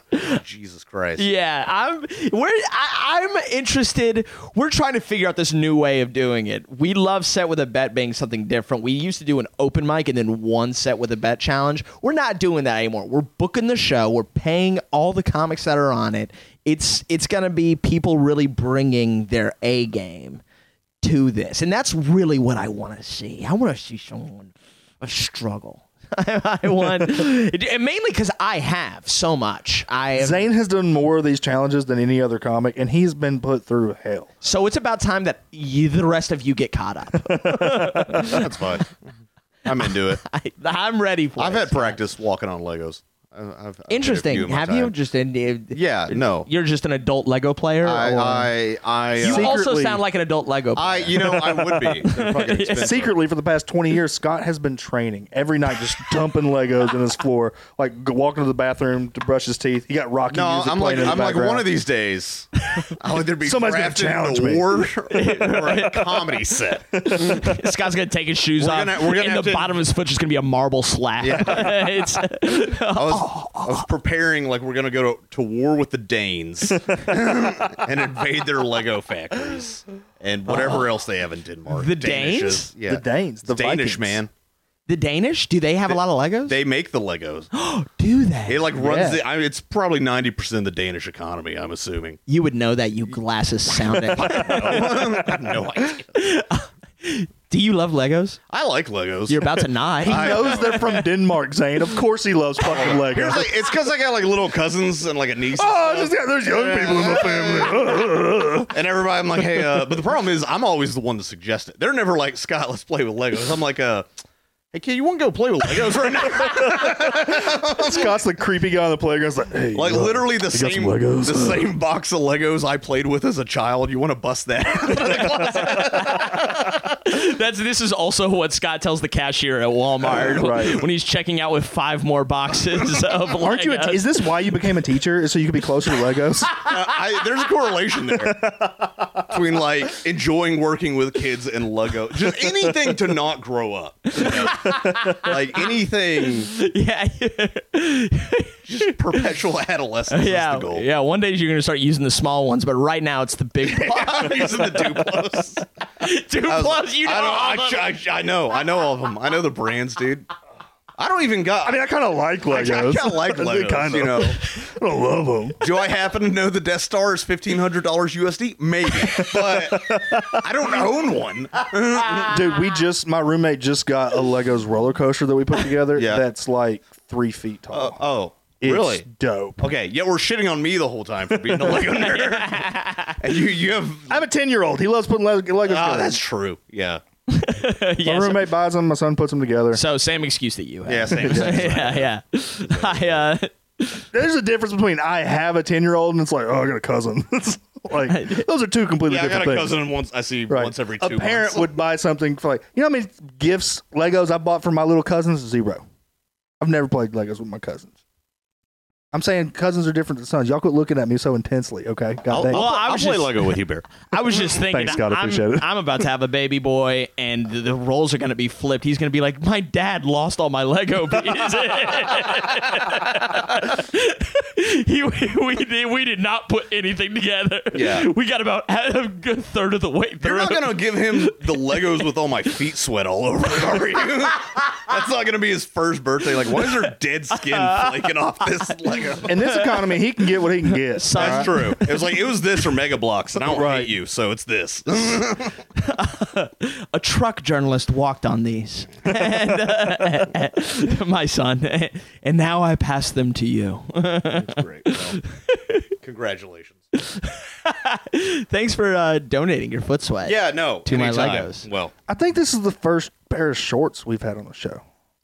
Speaker 2: Jesus Christ.
Speaker 4: Yeah, I'm. We're. I, I'm interested. We're trying to figure out this new way of doing it. We love set with a bet being something different. We used to do an open mic and then one set with a bet challenge. We're not doing that anymore. We're booking the show. We're paying all the comics that are on it. It's it's gonna be people really bringing their A game to this, and that's really what I want to see. I want to see someone a struggle. I want, and mainly because I have so much. I am-
Speaker 3: Zane has done more of these challenges than any other comic, and he's been put through hell.
Speaker 4: So it's about time that you, the rest of you get caught up.
Speaker 2: That's fine. I'm into it.
Speaker 4: I, I'm ready for
Speaker 2: I've
Speaker 4: it.
Speaker 2: had practice walking on Legos. I- I've, I've did a few
Speaker 4: Interesting.
Speaker 2: in my
Speaker 4: Have you
Speaker 2: time.
Speaker 4: just in?
Speaker 2: Yeah. No.
Speaker 4: You're just an adult Lego player. or-
Speaker 2: I. I. I.
Speaker 4: you
Speaker 2: uh,
Speaker 4: also
Speaker 3: Secretly-
Speaker 4: sound like an adult Lego. Player.
Speaker 2: I. You know. I would be. They're fucking expensive.
Speaker 3: Secretly, for the past 20 years, Scott has been training every night, just dumping Legos in his floor, like g- walking to the bathroom to brush his teeth. He got Rocky
Speaker 2: No,
Speaker 3: music
Speaker 2: I'm like
Speaker 3: playing in the
Speaker 2: I'm like
Speaker 3: background.
Speaker 2: one of these days. I'll either be
Speaker 3: Somebody's gonna
Speaker 2: drafted
Speaker 3: challenge
Speaker 2: into
Speaker 3: me.
Speaker 2: war or a comedy set.
Speaker 4: Scott's gonna take his shoes
Speaker 2: We're
Speaker 4: off,
Speaker 2: gonna- we're gonna
Speaker 4: and
Speaker 2: have
Speaker 4: the
Speaker 2: to-
Speaker 4: bottom of his foot's just gonna be a marble slab. it's,
Speaker 2: I was, I was preparing like we're gonna go to, to war with the Danes and invade their Lego factories and whatever else they have in Denmark.
Speaker 4: The
Speaker 2: Danish is-
Speaker 4: Danes?
Speaker 2: yeah,
Speaker 3: The Danes, the
Speaker 2: Danish
Speaker 3: Vikings.
Speaker 2: man.
Speaker 4: the Danish? Do they have a lot of Legos?
Speaker 2: They make the Legos.
Speaker 4: do they?
Speaker 2: It like runs.
Speaker 3: Yeah.
Speaker 2: The, I mean, it's probably ninety percent of the Danish economy. I'm assuming.
Speaker 4: you would know that you glasses sounded.
Speaker 2: I have no idea.
Speaker 4: do you love Legos?
Speaker 2: I like Legos.
Speaker 4: You're about to not.
Speaker 3: He knows they're from Denmark, Zane. Of course he loves fucking Legos.
Speaker 2: It's like- it's because I got like little cousins and like a niece. and
Speaker 3: oh, I
Speaker 2: stuff.
Speaker 3: just got there's young people in my family.
Speaker 2: And everybody, I'm like, hey, uh, but the problem is, I'm always the one to suggest it. They're never like, Scott, let's play with Legos. I'm like, uh, hey, kid, you want to go play with Legos right now?
Speaker 3: Scott's the creepy guy on the playground. He's like, hey,
Speaker 2: like,
Speaker 3: look,
Speaker 2: literally the
Speaker 3: you got some
Speaker 2: same, the
Speaker 3: Legos.
Speaker 2: same box of Legos I played with as a child. You want to bust that? out of the closet?
Speaker 4: That's this is also what Scott tells the cashier at Walmart
Speaker 3: Right.
Speaker 4: when he's checking out with five more boxes of
Speaker 3: Aren't you? A
Speaker 4: Legos.
Speaker 3: t- is this why you became a teacher? Is so you could be closer to Legos?
Speaker 2: I, there's a correlation there. between like enjoying working with kids and Lego. Just anything to not grow up. you know? like anything,
Speaker 4: yeah,
Speaker 2: just perpetual adolescence is
Speaker 4: yeah,
Speaker 2: the goal.
Speaker 4: yeah. One day you're gonna start using the small ones, but right now it's the big one.
Speaker 2: I'm using the Duplos.
Speaker 4: Two
Speaker 2: I was
Speaker 4: plus,
Speaker 2: like,
Speaker 4: you know.
Speaker 2: I,
Speaker 4: all
Speaker 2: don't,
Speaker 4: of them.
Speaker 2: I, I, I know. I know all of them. I know the brands, dude. I don't even got.
Speaker 3: I mean, I kind of like
Speaker 2: I,
Speaker 3: Legos.
Speaker 2: kind of like
Speaker 3: do
Speaker 2: Legos.
Speaker 3: kinda.
Speaker 2: You know,
Speaker 3: I don't love them.
Speaker 2: do I happen to know the Death Star is fifteen hundred dollars USD? Maybe, but I don't own one.
Speaker 3: Dude, we just my roommate just got a Legos roller coaster that we put together.
Speaker 2: Yeah.
Speaker 3: that's like three feet tall.
Speaker 2: Oh,
Speaker 3: It's
Speaker 2: really?
Speaker 3: Dope.
Speaker 2: Okay, yeah, we're shitting on me the whole time for being a Lego nerd. and you, you have.
Speaker 3: I'm a ten year old. He loves putting Leg- Legos.
Speaker 2: Ah,
Speaker 3: together.
Speaker 2: that's true. Yeah,
Speaker 3: my
Speaker 4: Yeah, so-
Speaker 3: roommate buys them. My son puts them together.
Speaker 4: So same excuse that you have.
Speaker 2: yeah, same. same.
Speaker 4: yeah, yeah. I uh,
Speaker 3: There's a difference between I have a ten year old and it's like, oh, I got a cousin. It's like those are two completely
Speaker 2: Yeah, I got
Speaker 3: different
Speaker 2: a
Speaker 3: things.
Speaker 2: cousin once. I see
Speaker 3: Right.
Speaker 2: once every
Speaker 3: a
Speaker 2: two.
Speaker 3: parent
Speaker 2: months.
Speaker 3: would buy something for like you know how many gifts Legos I bought for my little cousins zero. I've never played Legos with my cousins. I'm saying cousins are different than sons. Y'all quit looking at me so intensely, okay?
Speaker 2: Oh,
Speaker 3: God dang.
Speaker 4: Well, I
Speaker 2: I'll
Speaker 4: was
Speaker 2: play
Speaker 4: just-
Speaker 2: Lego with you, Bear.
Speaker 4: I was just thinking.
Speaker 3: Thanks, God,
Speaker 4: I'm,
Speaker 3: appreciate it.
Speaker 4: I'm about to have a baby boy, and the, the roles are going to be flipped. He's going to be like, "My dad lost all my Lego pieces. he, we, did, we did not put anything together.
Speaker 2: Yeah.
Speaker 4: we got about a good third of the way through.
Speaker 2: You're not gonna give him the Legos with all my feet sweat all over it, are you? That's not gonna be his first birthday. Like, why is there dead skin flaking off this Lego?
Speaker 3: In this economy, he can get what he can get.
Speaker 2: That's true. It was like it was this or Mega Blocks, and I don't hate you, so it's this.
Speaker 4: a truck journalist walked on these, and, uh, my son, and now I pass them to you.
Speaker 2: Great. Well, congratulations.
Speaker 4: Thanks for uh, donating your foot sweat.
Speaker 2: Yeah, no.
Speaker 4: To my
Speaker 2: anytime.
Speaker 4: Legos.
Speaker 2: Well,
Speaker 3: I think this is the first pair of shorts we've had on the show.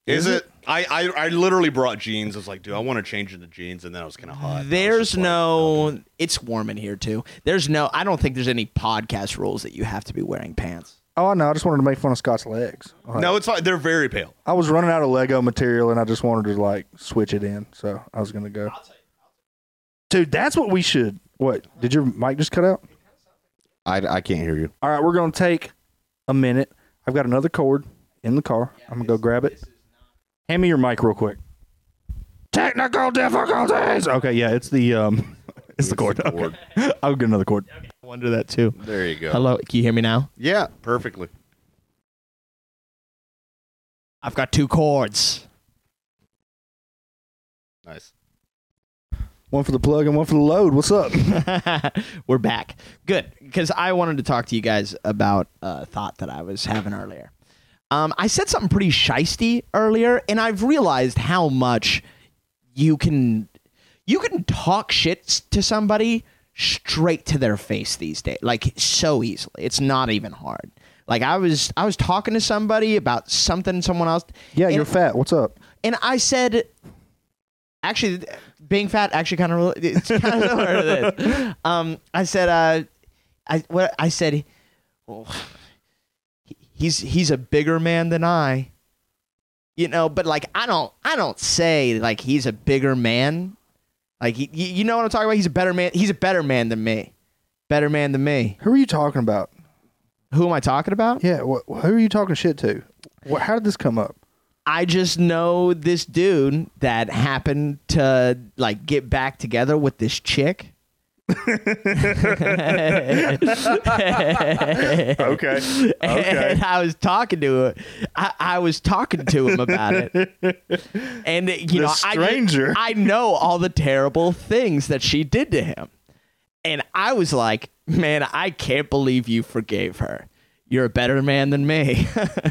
Speaker 2: is, it? I, I I literally brought jeans. I was like, dude, I want to change into jeans, and then I was kind of hot. I was
Speaker 4: There's
Speaker 2: just like,
Speaker 4: no. It's warm in here too. There's no. I don't think there's any podcast rules that you have to be wearing pants.
Speaker 3: Oh, I know. I just wanted to make fun of Scott's legs. Oh, All right.
Speaker 2: No, it's fine. They're very pale.
Speaker 3: I was running out of Lego material and I just wanted to like switch it in. So I was going to go. Dude, that's what we should. What? Did your mic just cut out?
Speaker 6: I, I can't hear you.
Speaker 3: All right, we're going to take a minute. I've got another cord in the car. I'm going to go grab it. Hand me your mic real quick. Technical difficulties. Okay, yeah, it's the um it's the cord. Okay. I'll get another cord.
Speaker 4: I wonder that too.
Speaker 6: There you go.
Speaker 4: Hello, can you hear me now?
Speaker 6: Yeah, perfectly.
Speaker 4: I've got two cords.
Speaker 6: Nice.
Speaker 3: One for the plug and one for the load. What's up?
Speaker 4: We're back. Good, because I wanted to talk to you guys about a thought that I was having earlier. Um, I said something pretty shisty earlier, and I've realized how much you can you can talk shit s- to somebody straight to their face these days, like so easily. It's not even hard. Like I was I was talking to somebody about something someone else.
Speaker 3: Yeah,
Speaker 4: and-
Speaker 3: you're fat. What's up?
Speaker 4: and I said, actually, th- being fat actually kind of it's kind of similar to this. Um, I said, uh, I what I said, "Oh, he- he's he's a bigger man than I, you know. But like I don't I don't say like he's a bigger man, like he, you you know what I'm talking about. He's a better man. He's a better man than me. Better man than me.
Speaker 3: Who are you talking about?
Speaker 4: Who am I talking about?
Speaker 3: Yeah, wh- who are you talking shit to? Wh- how did this come up?
Speaker 4: I just know this dude that happened to like get back together with this chick.
Speaker 3: Okay.
Speaker 4: And I was talking to her. I, I was talking to him about it. And you know, I get-
Speaker 3: stranger.
Speaker 4: I know all the terrible things that she did to him. And I was like, man, I can't believe you forgave her. You're a better man than me.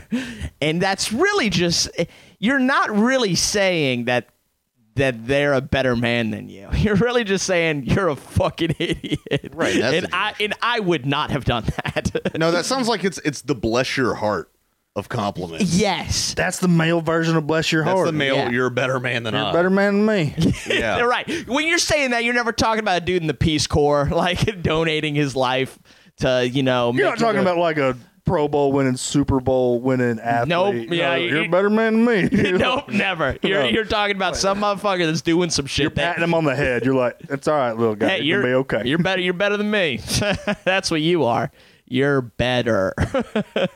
Speaker 4: and that's really just you're not really saying that that they're a better man than you. You're really just saying you're a fucking idiot.
Speaker 6: Right, that's
Speaker 4: and
Speaker 6: a
Speaker 4: I and I would not have done that.
Speaker 2: No, that sounds like it's it's the bless your heart of compliments.
Speaker 4: yes.
Speaker 3: That's the male version of bless your
Speaker 2: That's
Speaker 3: heart.
Speaker 2: the male.
Speaker 4: Yeah.
Speaker 2: You're a better man than
Speaker 3: You're
Speaker 2: I.
Speaker 3: a better man than me.
Speaker 2: Yeah.
Speaker 4: They're right. When you're saying that, you're never talking about a dude in the Peace Corps, like donating his life to, you know,
Speaker 3: You're not
Speaker 4: making
Speaker 3: talking
Speaker 4: the-
Speaker 3: about like a Pro Bowl winning, Super Bowl winning athlete.
Speaker 4: Nope,
Speaker 3: No,
Speaker 4: yeah, you-
Speaker 3: you're a better man than me.
Speaker 4: nope, never. You're,
Speaker 3: No.
Speaker 4: you're talking about some motherfucker that's doing some shit.
Speaker 3: You're
Speaker 4: that-
Speaker 3: patting him on the head. You're like, it's all right, little guy.
Speaker 4: Hey,
Speaker 3: you're
Speaker 4: you're
Speaker 3: be okay.
Speaker 4: You're better. You're better than me. That's what you are. You're better.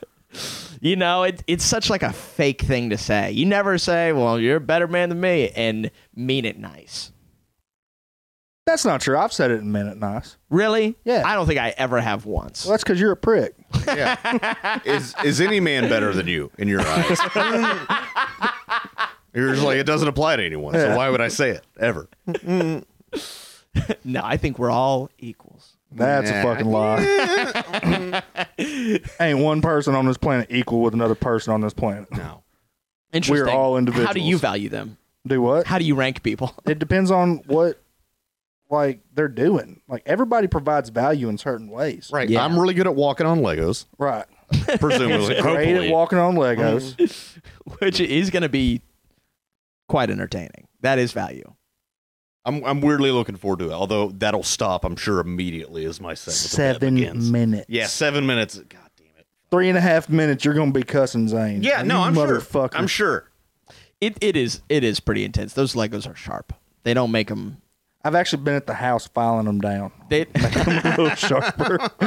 Speaker 4: you know, it, it's such like a fake thing to say. You never say, "Well, you're a better man than me," and mean it nice.
Speaker 3: That's not true. I've said it in a minute, nice.
Speaker 4: Really?
Speaker 3: Yeah.
Speaker 4: I don't think I ever have once.
Speaker 3: Well, that's because you're a prick.
Speaker 2: Is is any man better than you in your eyes? You're just like it doesn't apply to anyone. So why would I say it ever?
Speaker 4: No, I think we're all equals.
Speaker 3: That's a
Speaker 2: Nah.
Speaker 3: fucking lie. Ain't one person on this planet equal with another person on this planet.
Speaker 4: Interesting.
Speaker 3: all
Speaker 4: How do you
Speaker 3: individuals.
Speaker 4: value them?
Speaker 3: Do what?
Speaker 4: How do you rank people?
Speaker 3: It depends on what, like they're doing. Like everybody provides value in certain ways.
Speaker 2: Right.
Speaker 4: Yeah.
Speaker 2: I'm really good at walking on Legos.
Speaker 3: Right.
Speaker 2: Presumably.
Speaker 3: Great
Speaker 2: hopefully.
Speaker 3: at walking on Legos.
Speaker 2: Mm-hmm.
Speaker 4: Which is going to be quite entertaining. That is value.
Speaker 2: I'm I'm weirdly looking forward to it. Although that'll stop, I'm sure immediately as my segment of that
Speaker 3: Seven
Speaker 2: begins.
Speaker 3: minutes.
Speaker 2: Yeah, seven minutes. God damn it.
Speaker 3: Three and a half minutes. You're gonna be cussing Zane.
Speaker 2: Yeah, no,
Speaker 3: You
Speaker 2: I'm sure.
Speaker 3: motherfucker.
Speaker 2: I'm sure.
Speaker 4: It it is it is pretty intense. Those Legos are sharp. They don't make them.
Speaker 3: I've actually been at the house filing them down.
Speaker 4: They
Speaker 3: a little sharper.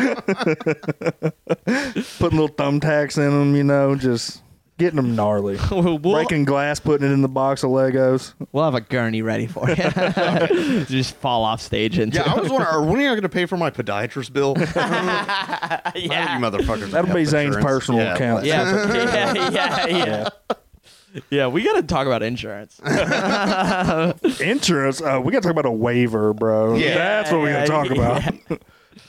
Speaker 3: putting little thumbtacks in them, you know, just getting them gnarly.
Speaker 4: we'll,
Speaker 3: Breaking glass, putting it in the box of Legos.
Speaker 4: we'll have a gurney ready for you. Just fall off stage into.
Speaker 2: Yeah, I was wondering, are when are you going to pay for my podiatrist bill?
Speaker 4: yeah.
Speaker 2: None of you motherfuckers.
Speaker 3: That'll
Speaker 2: have
Speaker 3: be Zane's
Speaker 2: insurance.
Speaker 3: personal
Speaker 2: Yeah.
Speaker 3: account.
Speaker 4: Yeah. yeah, yeah, yeah, Yeah, We got to talk about insurance.
Speaker 3: Insurance. Uh, we got to talk about a waiver, bro.
Speaker 2: Yeah.
Speaker 3: That's what we got to talk about.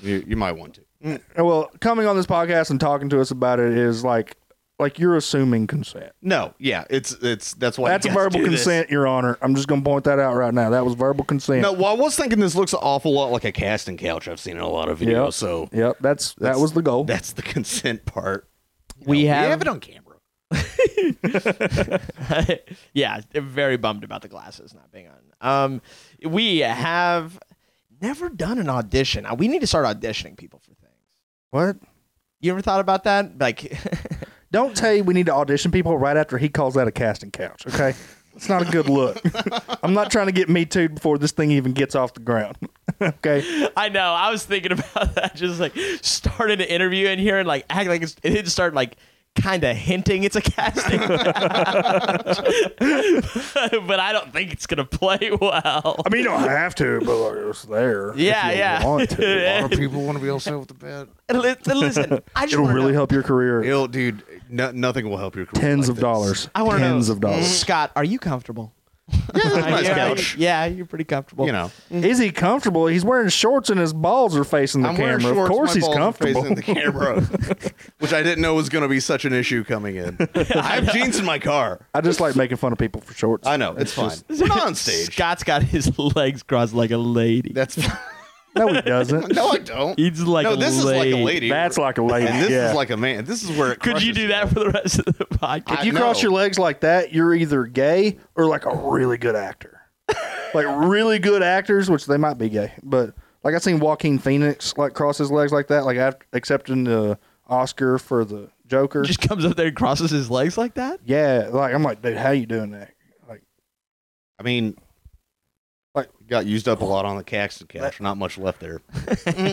Speaker 2: You, you might want to. Mm,
Speaker 3: Well, coming on this podcast and talking to us about it is like, like you're assuming consent.
Speaker 2: No, yeah, it's it's that's why.
Speaker 3: That's
Speaker 2: you
Speaker 3: a
Speaker 2: guys
Speaker 3: verbal
Speaker 2: do this.
Speaker 3: consent, Your Honor. I'm just going to point that out right now. That was verbal consent.
Speaker 2: No, well, I was thinking this looks an awful lot like a casting couch I've seen in a lot of videos.
Speaker 3: Yep.
Speaker 2: So
Speaker 3: Yep. That's, that
Speaker 2: That's-
Speaker 3: was the goal.
Speaker 2: that's the consent part.
Speaker 4: We
Speaker 2: Yeah,
Speaker 4: have.
Speaker 2: have it on camera.
Speaker 4: yeah, very bummed about the glasses not being on. Um, we have never done an audition. Uh, We need to start auditioning people for things.
Speaker 3: What?
Speaker 4: You ever thought about that? Like,
Speaker 3: Don't tell you we need to audition people right after he calls that a casting couch, okay? It's not a good look. I'm not trying to get me too before this thing even gets off the ground. okay.
Speaker 4: I know. I was thinking about that. Just like start an interview in here and like act like it's, it didn't start like kind of hinting it's a casting. couch. but I don't think it's gonna play well.
Speaker 3: I mean, you don't have to, but like, it's there. if
Speaker 4: Yeah,
Speaker 3: you
Speaker 4: yeah.
Speaker 3: Want to.
Speaker 2: lot of people want to be able to sit with the bed.
Speaker 4: Li- Listen, I just
Speaker 3: It'll
Speaker 4: wanna
Speaker 3: really
Speaker 4: know-
Speaker 3: help your career.
Speaker 2: It'll, dude, no, nothing will help your career
Speaker 3: Tens
Speaker 2: like
Speaker 3: of
Speaker 2: this.
Speaker 3: dollars.
Speaker 4: I want to know.
Speaker 3: Tens of
Speaker 2: Mm-hmm.
Speaker 3: dollars.
Speaker 4: Scott, are you comfortable?
Speaker 2: Yeah, that's a nice
Speaker 4: yeah,
Speaker 2: couch.
Speaker 4: Yeah, you're pretty comfortable.
Speaker 2: You know,
Speaker 3: Is he comfortable? He's wearing shorts and his balls are facing the
Speaker 2: I'm wearing
Speaker 3: camera. Of
Speaker 2: shorts,
Speaker 3: course
Speaker 2: my
Speaker 3: he's
Speaker 2: balls are facing
Speaker 3: comfortable.
Speaker 2: The camera, which I didn't know was going to be such an issue coming in. I have jeans in my car.
Speaker 3: I just like making fun of people for shorts.
Speaker 2: I know it's, fine. We're not on stage.
Speaker 4: Scott's got his legs crossed like a lady.
Speaker 2: That's
Speaker 3: No, he doesn't.
Speaker 2: no, I don't.
Speaker 4: He's like
Speaker 2: no,
Speaker 4: a
Speaker 2: this is like a lady.
Speaker 3: That's like a lady.
Speaker 2: and this
Speaker 3: yeah.
Speaker 2: is like a man. This is where it.
Speaker 4: Could you
Speaker 2: crushes
Speaker 4: do that for the rest of the podcast?
Speaker 2: I-
Speaker 3: If you cross
Speaker 2: no.
Speaker 3: your legs like that, you're either gay or like a really good actor. like really good actors, which they might be gay, but like I seen Joaquin Phoenix like cross his legs like that, like after accepting the Oscar for the Joker.
Speaker 4: just comes up there and crosses his legs like that.
Speaker 3: yeah, like I'm like, dude, how you doing that? Like
Speaker 2: I mean,
Speaker 3: Like-
Speaker 2: got used up a lot on the Caxton couch. Not much left there.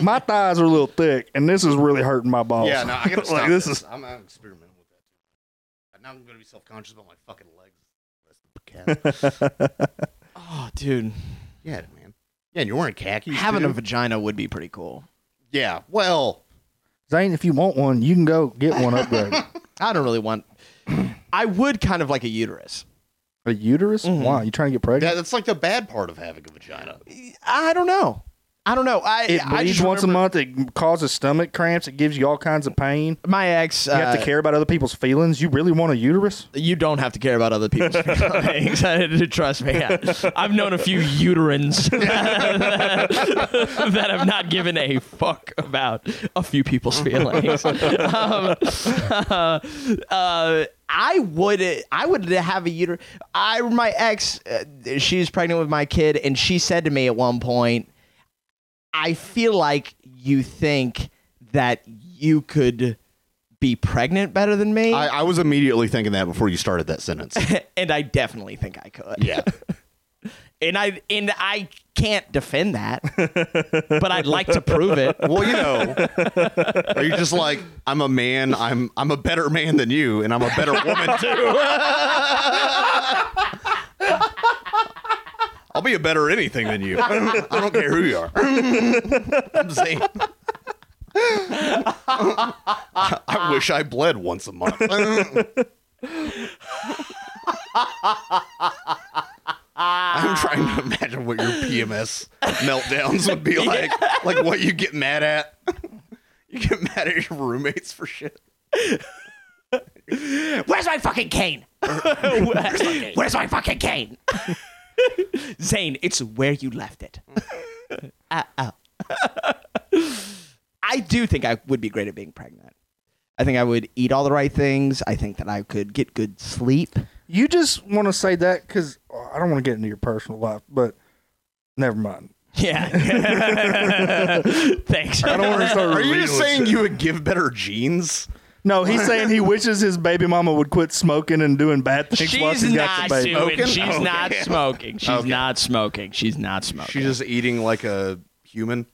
Speaker 3: my thighs are a little thick, and this is really hurting my balls.
Speaker 2: Mm. Yeah, no, I gotta stop
Speaker 3: like this is
Speaker 2: I'm, I'm experimenting with that. too. Now I'm gonna be self conscious about my fucking legs. That's the cat.
Speaker 4: Oh, dude,
Speaker 2: yeah, man. Yeah, and you're wearing khakis.
Speaker 4: having
Speaker 2: too?
Speaker 4: a vagina would be pretty cool.
Speaker 2: yeah. Well,
Speaker 3: Zane. If you want one, you can go get one upgraded.
Speaker 4: I don't really want. I would kind of like a uterus.
Speaker 3: a uterus? Why? You trying to get
Speaker 2: that,
Speaker 3: pregnant?
Speaker 2: that's like the bad part of having a vagina.
Speaker 4: I don't know. I don't know. I
Speaker 3: it
Speaker 4: I
Speaker 3: bleeds
Speaker 4: just
Speaker 3: once
Speaker 4: remember
Speaker 3: a month. It causes stomach cramps. It gives you all kinds of pain.
Speaker 4: My ex.
Speaker 3: You have to
Speaker 4: uh,
Speaker 3: care about other people's feelings. You really want a uterus?
Speaker 4: You don't have to care about other people's feelings. Trust me. I've known a few uterines that have not given a fuck about a few people's feelings. Um, uh, uh, I would I would have a uterus. I my ex, uh, she was pregnant with my kid, and she said to me at one point, "I feel like you think that you could." be pregnant better than me,
Speaker 2: I, I was immediately thinking that before you started that sentence.
Speaker 4: and I definitely think I could.
Speaker 2: Yeah.
Speaker 4: and I and I can't defend that, but I'd like to prove it.
Speaker 2: Well, you know, are you just like I'm a man? I'm I'm a better man than you, and I'm a better woman too. I'll be a better anything than you. I don't care who you are. I'm saying. I wish I bled once a month. I'm trying to imagine what your PMS meltdowns would be like. Like what you get mad at. You get mad at your roommates for shit.
Speaker 4: Where's my fucking cane? Where's my fucking cane? Zane, it's where you left it. Uh, oh. I do think I would be great at being pregnant. I think I would eat all the right things. I think that I could get good sleep.
Speaker 3: You just want to say that because I don't want to get into your personal life, but never mind.
Speaker 4: Yeah. Thanks.
Speaker 3: I don't want to start.
Speaker 2: Are you
Speaker 3: revealing
Speaker 2: just saying
Speaker 3: shit.
Speaker 2: you would give better genes?
Speaker 3: No, he's saying he wishes his baby mama would quit smoking and doing bad things while
Speaker 4: She's
Speaker 3: she's got
Speaker 4: not
Speaker 3: the Oh, baby.
Speaker 4: doing.
Speaker 2: Smoking?
Speaker 4: She's
Speaker 2: Okay.
Speaker 4: not smoking. She's not smoking. She's not smoking.
Speaker 2: She's just eating like a human.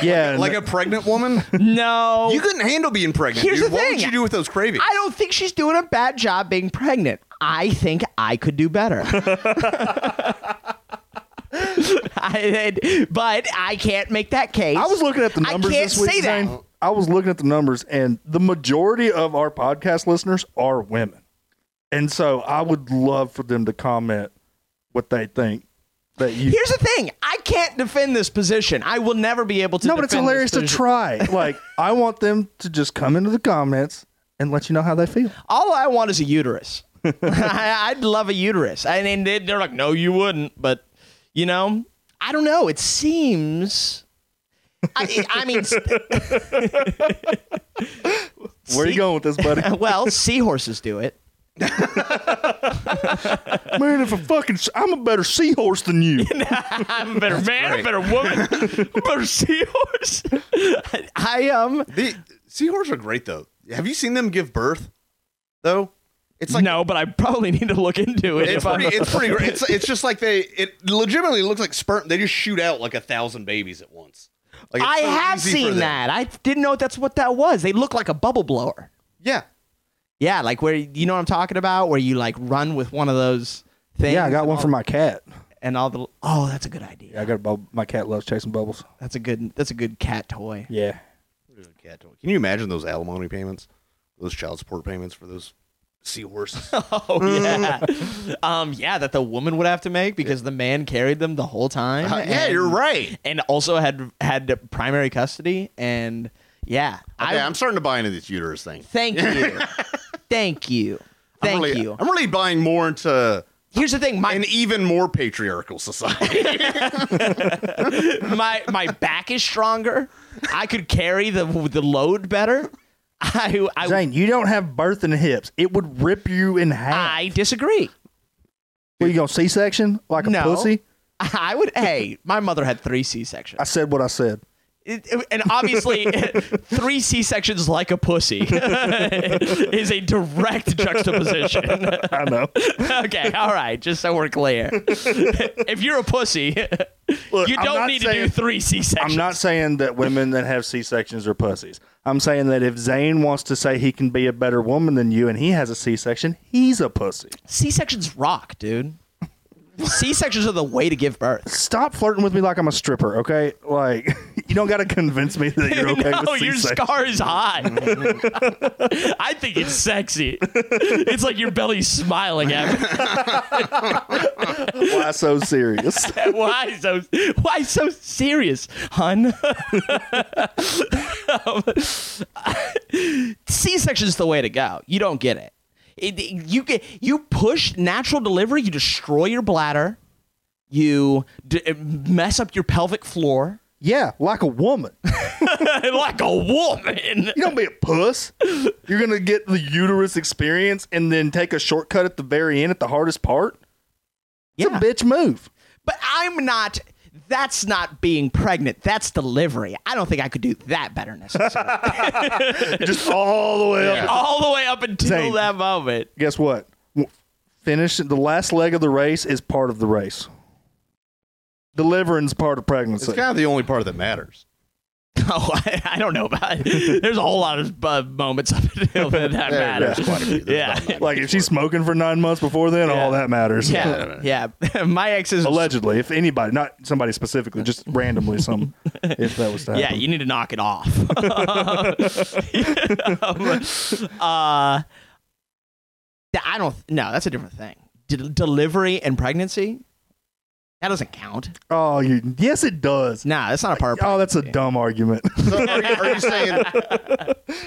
Speaker 3: Yeah,
Speaker 2: Like a pregnant woman?
Speaker 4: no.
Speaker 2: You couldn't handle being pregnant,
Speaker 4: Here's
Speaker 2: dude.
Speaker 4: the
Speaker 2: what
Speaker 4: thing.
Speaker 2: would you do with those cravings?
Speaker 4: I don't think she's doing a bad job being pregnant. I think I could do better. I, but I can't make that case.
Speaker 3: I was looking at the
Speaker 4: I
Speaker 3: numbers
Speaker 4: can't
Speaker 3: this week.
Speaker 4: say that.
Speaker 3: Zane. I was looking at the numbers, and the majority of our podcast listeners are women, and so I would love for them to comment what they think that you.
Speaker 4: Here's the thing: I can't defend this position. I will never be able to.
Speaker 3: no, but it's
Speaker 4: defend
Speaker 3: hilarious
Speaker 4: this
Speaker 3: to
Speaker 4: posi-
Speaker 3: try. Like I want them to just come into the comments and let you know how they feel.
Speaker 4: All I want is a uterus. I, would love a uterus, and, and they- they're like, "No, you wouldn't." But you know, I don't know. It seems. I, I mean,
Speaker 3: Where you going with this, buddy?
Speaker 4: well, seahorses do it.
Speaker 3: Man, if a fucking I'm a better seahorse than you.
Speaker 4: I'm a better man, a better woman, a better seahorse. I, I um
Speaker 2: The seahorses are great though. Have you seen them give birth? Though it's like
Speaker 4: no, but I probably need to look into it.
Speaker 2: It's
Speaker 4: if I'm-
Speaker 2: pretty, it's pretty great. It's, it's just like they it legitimately looks like sperm. They just shoot out like a thousand babies at once. Like it's
Speaker 4: I
Speaker 2: so
Speaker 4: have
Speaker 2: easy for
Speaker 4: seen
Speaker 2: them.
Speaker 4: that. I didn't know that's what that was. They look like a bubble blower.
Speaker 2: Yeah,
Speaker 4: Yeah, like where you know what I'm talking about, where you like run with one of those things.
Speaker 3: Yeah, I got one for my cat.
Speaker 4: and all the oh, that's a good idea.
Speaker 3: Yeah, I got a bub- my cat loves chasing bubbles.
Speaker 4: That's a good. That's a good cat toy.
Speaker 3: Yeah.
Speaker 2: Cat toy. Can you imagine those alimony payments, those child support payments for those seahorses?
Speaker 4: Oh yeah, um, yeah. That the woman would have to make because the man carried them the whole time.
Speaker 2: Uh, yeah, you're
Speaker 4: and-
Speaker 2: right.
Speaker 4: and also had had primary custody and yeah
Speaker 2: I,
Speaker 4: i
Speaker 2: am starting to buy into this uterus thing.
Speaker 4: thank you thank you
Speaker 2: I'm
Speaker 4: thank
Speaker 2: really, uh,
Speaker 4: you
Speaker 2: I'm really buying more into
Speaker 4: here's the thing my
Speaker 2: an even more patriarchal society.
Speaker 4: my my back is stronger i could carry the the load better i i,
Speaker 3: Zane, you don't have birth in the hips. It would rip you in half.
Speaker 4: I disagree
Speaker 3: What, you going to C-section like a
Speaker 4: No.
Speaker 3: pussy?
Speaker 4: I would. Hey, my mother had three C
Speaker 3: I
Speaker 4: sections,
Speaker 3: said what I said.
Speaker 4: and obviously, three C sections like a pussy is a direct juxtaposition.
Speaker 3: I know.
Speaker 4: okay, all right. Just so we're clear, if you're a pussy, you
Speaker 3: I'm
Speaker 4: don't
Speaker 3: not
Speaker 4: need to do
Speaker 3: saying-
Speaker 4: three C sections.
Speaker 3: I'm not saying that women that have C-sections are pussies. I'm saying that if Zane wants to say he can be a better woman than you and he has a C-section, he's a pussy.
Speaker 4: C sections rock, dude. C sections are the way to give birth.
Speaker 3: Stop flirting with me like I'm a stripper, okay? Like, you don't got to convince me that you're okay
Speaker 4: no,
Speaker 3: with
Speaker 4: your
Speaker 3: C-section.
Speaker 4: scar is hot. I think it's sexy. It's like your belly's smiling at me.
Speaker 3: Why so serious?
Speaker 4: Why so? Why so serious, hun? C section is the way to go. You don't get it. It- it- You get you push natural delivery. You destroy your bladder. You d- uh, mess up your pelvic floor
Speaker 3: yeah, like a woman.
Speaker 4: like a woman.
Speaker 3: You don't be a puss. You're gonna get the uterus experience and then take a shortcut at the very end at the hardest part. It's
Speaker 4: Yeah.
Speaker 3: a bitch move.
Speaker 4: But I'm not.
Speaker 1: That's not being pregnant. That's delivery. I don't think I could do that better necessarily.
Speaker 3: Just all the way up.
Speaker 4: all the way up until
Speaker 3: Same.
Speaker 4: that moment.
Speaker 3: Guess what? W- Finish the last leg of the race is part of the race. Delivering's part of
Speaker 2: It's
Speaker 3: pregnancy.
Speaker 2: kind of the only part that matters.
Speaker 4: Oh, I, I don't know about it. There's a whole lot of uh, moments up until then that
Speaker 2: There-
Speaker 4: matters.
Speaker 2: there's quite a few. There's
Speaker 4: Yeah.
Speaker 2: about nine.
Speaker 3: like if she's smoking for nine months before then, all that matters.
Speaker 4: Yeah, yeah. My ex is
Speaker 3: Allegedly, if anybody, not somebody specifically, just randomly, some if that was to
Speaker 4: Yeah,
Speaker 3: happen.
Speaker 4: you need to knock it off. Um, uh, th- I don't. No, that's a different thing. De- delivery and pregnancy. That doesn't count.
Speaker 3: oh, you, yes, it does.
Speaker 4: Nah, that's not a part of.
Speaker 3: Oh, that's a
Speaker 4: pregnancy.
Speaker 3: dumb argument.
Speaker 2: So are, you- are you saying?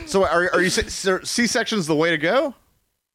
Speaker 2: So are are you saying so C-section's the way to go?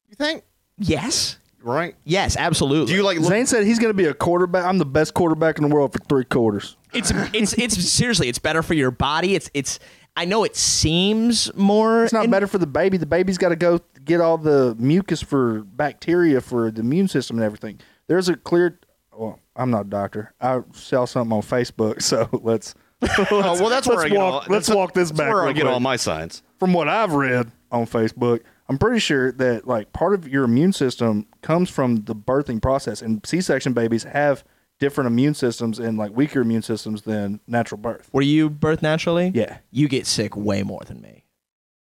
Speaker 2: You think?
Speaker 4: Yes.
Speaker 2: Right?
Speaker 4: Yes, absolutely.
Speaker 2: Do you like look?
Speaker 3: Zane said he's going to be a quarterback. I'm the best quarterback in the world for three quarters.
Speaker 4: it's it's it's seriously, it's better for your body. It's it's. I know it seems more.
Speaker 3: It's not better for the baby. The baby's got to go get all the mucus for bacteria for the immune system and everything. There's a clear. Well, I'm not a doctor. I sell something on Facebook, so let's.
Speaker 2: oh, well, that's where I
Speaker 3: let's
Speaker 2: get
Speaker 3: walk-
Speaker 2: all,
Speaker 3: let's
Speaker 2: that's-
Speaker 3: walk this
Speaker 2: that's
Speaker 3: back
Speaker 2: Where I
Speaker 3: real
Speaker 2: get
Speaker 3: quick.
Speaker 2: all my science.
Speaker 3: From what I've read on Facebook, I'm pretty sure that like part of your immune system comes from the birthing process, and C-section babies have different immune systems and like weaker immune systems than natural birth.
Speaker 4: Were you birthed naturally?
Speaker 3: Yeah,
Speaker 4: You get sick way more than me.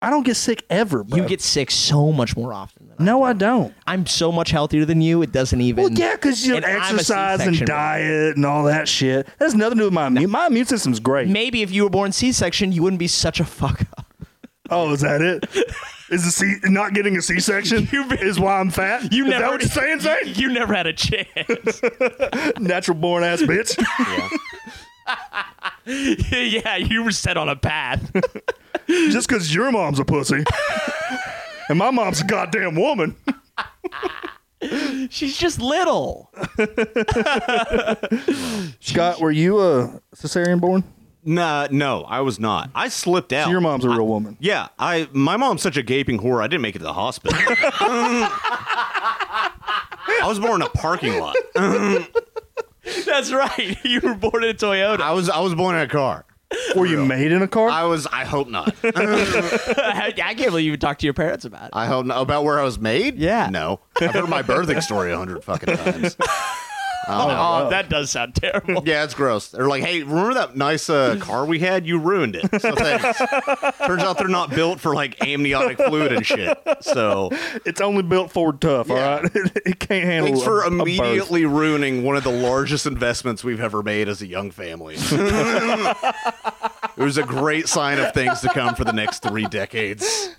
Speaker 3: I don't get sick ever. Bro.
Speaker 4: You get sick so much more often than I.
Speaker 3: no, I don't.
Speaker 4: I'm so much healthier than you. It doesn't even.
Speaker 3: Well, yeah, because you
Speaker 4: And I'm a
Speaker 3: exercise and
Speaker 4: C-section, bro.
Speaker 3: diet and all that shit. That has nothing to do with my immune. My immune system's great.
Speaker 4: Maybe if you were born C-section, you wouldn't be such a fuck up.
Speaker 3: Oh, is that it? Is the C not getting a C-section is why I'm fat?
Speaker 4: You
Speaker 3: is
Speaker 4: never
Speaker 3: that what you're saying, Zane?
Speaker 4: You never had a chance.
Speaker 3: Natural born ass bitch.
Speaker 4: yeah, you were set on a path.
Speaker 3: Just because your mom's a pussy and my mom's a goddamn woman.
Speaker 4: She's just little.
Speaker 3: Scott, were you a cesarean born?
Speaker 6: Nah, no, I was not. I slipped out.
Speaker 3: Your mom's a real woman.
Speaker 6: Yeah, I. My mom's such a gaping whore. I didn't make it to the hospital. I was born in a parking lot.
Speaker 4: That's right. You were born in a Toyota.
Speaker 2: I was I was born in a car.
Speaker 3: Were you made in a car?
Speaker 2: I was. I hope not.
Speaker 4: I, I can't believe you even talked to your parents about it.
Speaker 2: I hope not. about where I was made.
Speaker 4: Yeah.
Speaker 2: No, I've heard my birthing story a hundred fucking times.
Speaker 4: Oh, that does sound terrible.
Speaker 2: Yeah, it's gross. They're like, hey, remember that nice uh, car we had? You ruined it. So thanks.
Speaker 6: Turns out they're not built for like amniotic fluid and shit. So
Speaker 3: it's only built Ford tough, all right? It, can't handle
Speaker 6: thanks for
Speaker 3: a- a birth.
Speaker 6: immediately ruining one of the largest investments we've ever made as a young family. it was a great sign of things to come for the next three decades.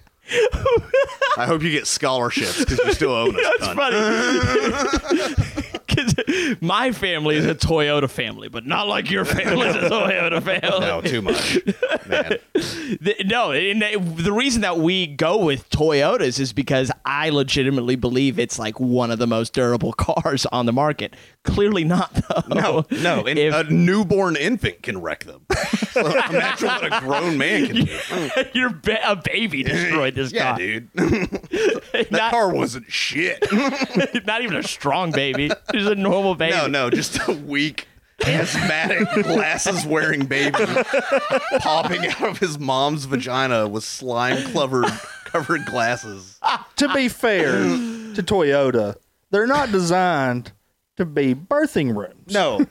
Speaker 6: I hope you get scholarships because you still own us.
Speaker 4: That's
Speaker 6: cunt.
Speaker 4: funny. Because my family is a Toyota family, but not like your family is a Toyota family.
Speaker 6: No, too much. Man.
Speaker 4: The- no, and they- the reason that we go with Toyotas is because I legitimately believe it's like one of the most durable cars on the market. Clearly not, though.
Speaker 6: No, no. And
Speaker 4: If-
Speaker 6: a newborn infant can wreck them. So imagine what a grown man can do.
Speaker 4: Your ba- a baby destroyed this
Speaker 6: uh, Yeah,
Speaker 4: car.
Speaker 6: dude. that
Speaker 4: Not,
Speaker 6: car wasn't shit.
Speaker 4: not even a strong baby. Just a normal baby.
Speaker 6: No, no, just a weak, asthmatic, glasses wearing baby popping out of his mom's vagina with slime covered covered glasses.
Speaker 3: to be fair to Toyota, they're not designed to be birthing rooms.
Speaker 6: No, no,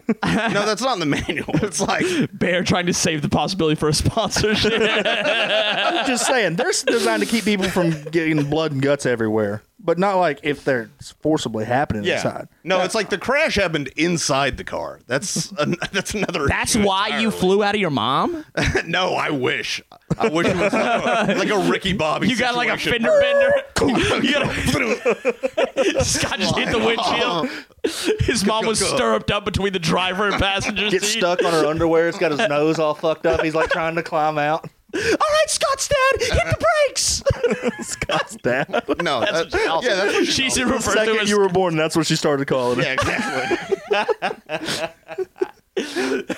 Speaker 6: that's not in the manual. It's like
Speaker 4: Bear trying to save the possibility for a sponsorship.
Speaker 3: I'm just saying they're designed to keep people from getting blood and guts everywhere, but not like if they're forcibly happening inside.
Speaker 6: No, it's like the crash happened inside the car. That's an, that's another.
Speaker 4: That's
Speaker 6: issue
Speaker 4: why you
Speaker 6: entirely.
Speaker 4: flew out of your mom?
Speaker 6: No, I wish. I wish it was like a Ricky Bobby.
Speaker 4: You got like a
Speaker 6: situation.
Speaker 4: fender bender. you got a, Scott just hit the windshield. His mom was stirruped up between the driver and passenger
Speaker 3: Gets
Speaker 4: seat.
Speaker 3: stuck on her underwear. It's got his nose all fucked up. He's like trying to climb out.
Speaker 4: All right, Scott, stand. Hit the brakes.
Speaker 3: Scott's dad.
Speaker 2: No, that, yeah, that's what she-
Speaker 4: She's referred to
Speaker 3: Second
Speaker 4: as
Speaker 3: you were born, that's what she started calling it.
Speaker 6: Yeah, exactly.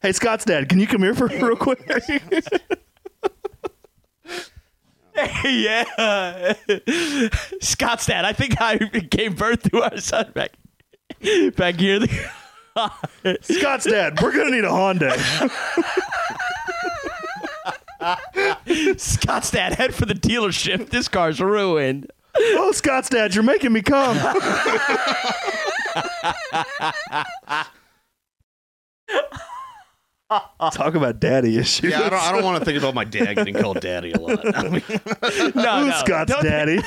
Speaker 3: Hey, Scott's dad, can you come here for real quick?
Speaker 4: yeah. Scott's dad. I think I gave birth to our son back back here.
Speaker 3: Scott's dad, we're gonna need a Honda.
Speaker 4: Scott's dad head for the dealership. This car's ruined.
Speaker 3: oh, Scott's dad, you're making me come. Talk about daddy issues.
Speaker 2: Yeah, I don't, I don't want to think about my dad getting called daddy a lot. I mean,
Speaker 4: No,
Speaker 3: Ooh,
Speaker 4: no.
Speaker 3: Scott's
Speaker 4: Don't-
Speaker 3: daddy.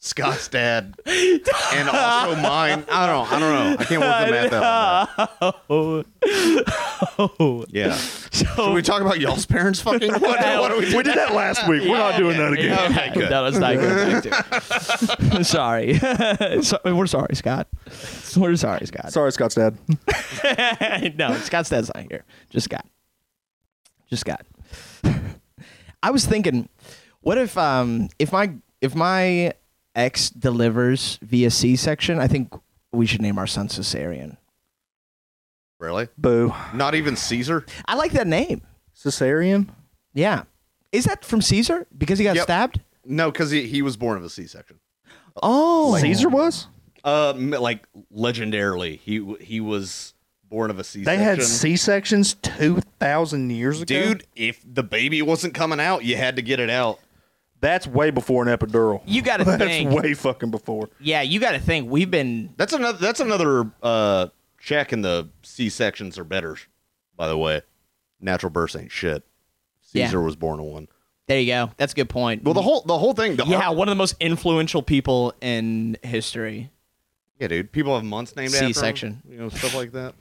Speaker 2: Scott's dad and also mine. I don't. I don't know. I can't work the math out. on that.
Speaker 4: Oh,
Speaker 2: Yeah.
Speaker 4: so
Speaker 2: Should we talk about y'all's parents fucking? What, what are we
Speaker 3: we
Speaker 2: doing?
Speaker 3: did that last week. We're not doing that again.
Speaker 2: Okay, good.
Speaker 4: No, let's not go back to. sorry. So- we're sorry, Scott. We're sorry, Scott.
Speaker 3: Sorry, Scott's dad.
Speaker 4: no, Scott's dad's not here. Just Scott. Just Scott. I was thinking, what if um if my if my ex delivers via C section, I think we should name our son cesarean.
Speaker 2: Really?
Speaker 3: Boo.
Speaker 2: Not even Caesar?
Speaker 4: I like that name.
Speaker 3: Cesarean?
Speaker 4: Yeah. Is that from Caesar? Because he got
Speaker 2: Yep.
Speaker 4: stabbed?
Speaker 2: No, because he, he was born of a C-section.
Speaker 4: Oh.
Speaker 3: Caesar was?
Speaker 2: Uh, m- like legendarily, he w- he was born of a C-section.
Speaker 3: They had C sections two thousand years ago.
Speaker 2: dude. If the baby wasn't coming out, you had to get it out.
Speaker 3: that's way before an epidural.
Speaker 4: You got to
Speaker 3: That's
Speaker 4: think.
Speaker 3: way fucking before.
Speaker 4: yeah, you got to think. We've been
Speaker 2: That's another. That's another uh check in the C-sections are better. By the way, natural births ain't shit.
Speaker 4: Yeah.
Speaker 2: Caesar was born of one.
Speaker 4: There you go. That's a good point.
Speaker 2: Well, the whole the whole thing. The
Speaker 4: yeah, one of the most influential people in history.
Speaker 2: yeah, dude. People have months named after 'em,
Speaker 4: C-section.
Speaker 2: You know, stuff like that.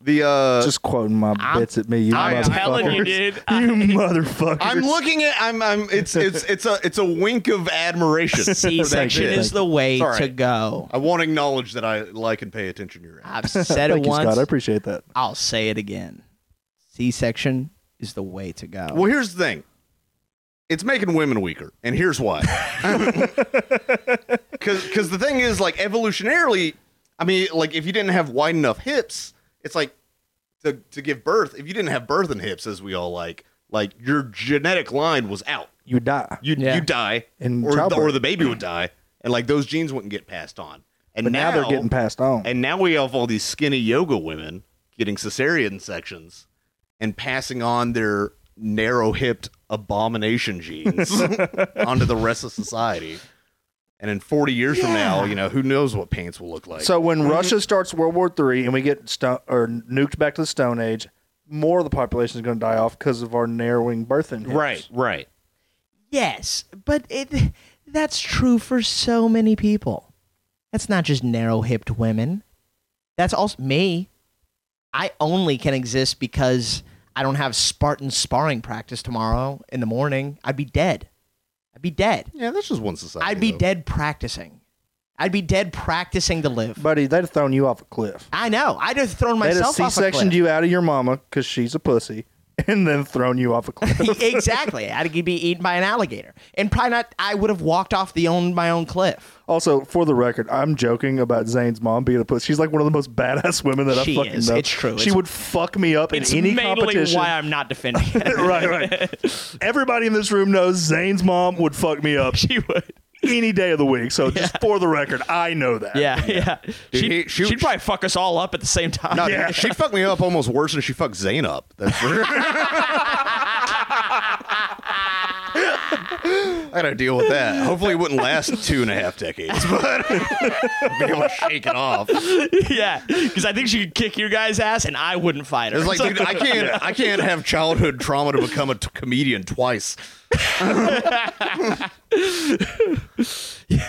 Speaker 2: The uh,
Speaker 3: Just quoting my bits at me, you
Speaker 4: I'm
Speaker 3: motherfuckers.
Speaker 4: telling you, dude.
Speaker 3: You motherfuckers.
Speaker 2: I'm looking at. I'm. I'm. It's. It's. It's a. It's a wink of admiration. for that
Speaker 4: C section
Speaker 2: shit.
Speaker 4: is the way
Speaker 2: It's all right.
Speaker 4: to go.
Speaker 2: I want to acknowledge that I like and pay attention to your ass.
Speaker 4: I've said it
Speaker 3: Thank you, Scott. I
Speaker 4: once.
Speaker 3: appreciate that.
Speaker 4: I'll say it again. C section is the way to go.
Speaker 2: Well, here's the thing. It's making women weaker, and here's why. Because the thing is, like evolutionarily, I mean, like if you didn't have wide enough hips, it's like to to give birth. If you didn't have birth and hips, as we all like, like your genetic line was out.
Speaker 3: You die.
Speaker 2: You
Speaker 4: Yeah.
Speaker 2: you die,
Speaker 3: In
Speaker 2: or the,
Speaker 3: childbirth.
Speaker 2: or the baby would die, and like those genes wouldn't get passed on. And
Speaker 3: But now, they're getting passed on.
Speaker 2: And now we have all these skinny yoga women getting cesarean sections and passing on their narrow hipped abomination genes onto the rest of society. And in 40 years from now, you know, who knows what pants will look like.
Speaker 3: so when
Speaker 4: mm-hmm.
Speaker 3: Russia starts World War Three and we get sto- or nuked back to the Stone Age, more of the population is going to die off because of our narrowing birth in hips.
Speaker 2: right.
Speaker 1: Yes, but it that's true for so many people.
Speaker 4: That's not just narrow hipped women. That's also me. I only can exist because I don't have Spartan sparring practice tomorrow in the morning. I'd be dead. I'd be dead.
Speaker 2: Yeah, that's just one society.
Speaker 4: I'd be
Speaker 2: though.
Speaker 4: dead practicing. I'd be dead practicing to live.
Speaker 3: buddy. They'd have thrown you off a cliff.
Speaker 4: I know. I'd have thrown
Speaker 3: They'd have
Speaker 4: myself off a cliff.
Speaker 3: C-sectioned you out of your mama because she's a pussy, and then thrown you off a cliff.
Speaker 4: E, exactly. I'd be eaten by an alligator, and probably not. I would have walked off the own my own cliff.
Speaker 3: Also, for the record, I'm joking about Zane's mom being a pussy. She's like one of the most badass women that
Speaker 4: She
Speaker 3: I fucking
Speaker 4: is.
Speaker 3: know.
Speaker 4: It's true.
Speaker 3: She
Speaker 4: It's-
Speaker 3: would fuck me up in any competition.
Speaker 4: I'm not defending
Speaker 3: right, right. Everybody in this room knows Zane's mom would fuck me up
Speaker 4: she would.
Speaker 3: any day of the week. So just for the record, I know that.
Speaker 4: Yeah, yeah.
Speaker 2: Dude,
Speaker 4: she'd,
Speaker 2: he- she-
Speaker 4: she'd probably fuck us all up at the same time.
Speaker 2: No,
Speaker 3: Yeah.
Speaker 2: dude, she fucked me up almost worse than she fucked Zane up. That's for I gotta deal with that. Hopefully, it wouldn't last two and a half decades, but I'll be able to shake it off. It's
Speaker 4: yeah, because I think she could kick your guy's ass, and I wouldn't fight her.
Speaker 2: like,
Speaker 4: So-
Speaker 2: dude, I can't, I can't have childhood trauma to become a t- comedian twice.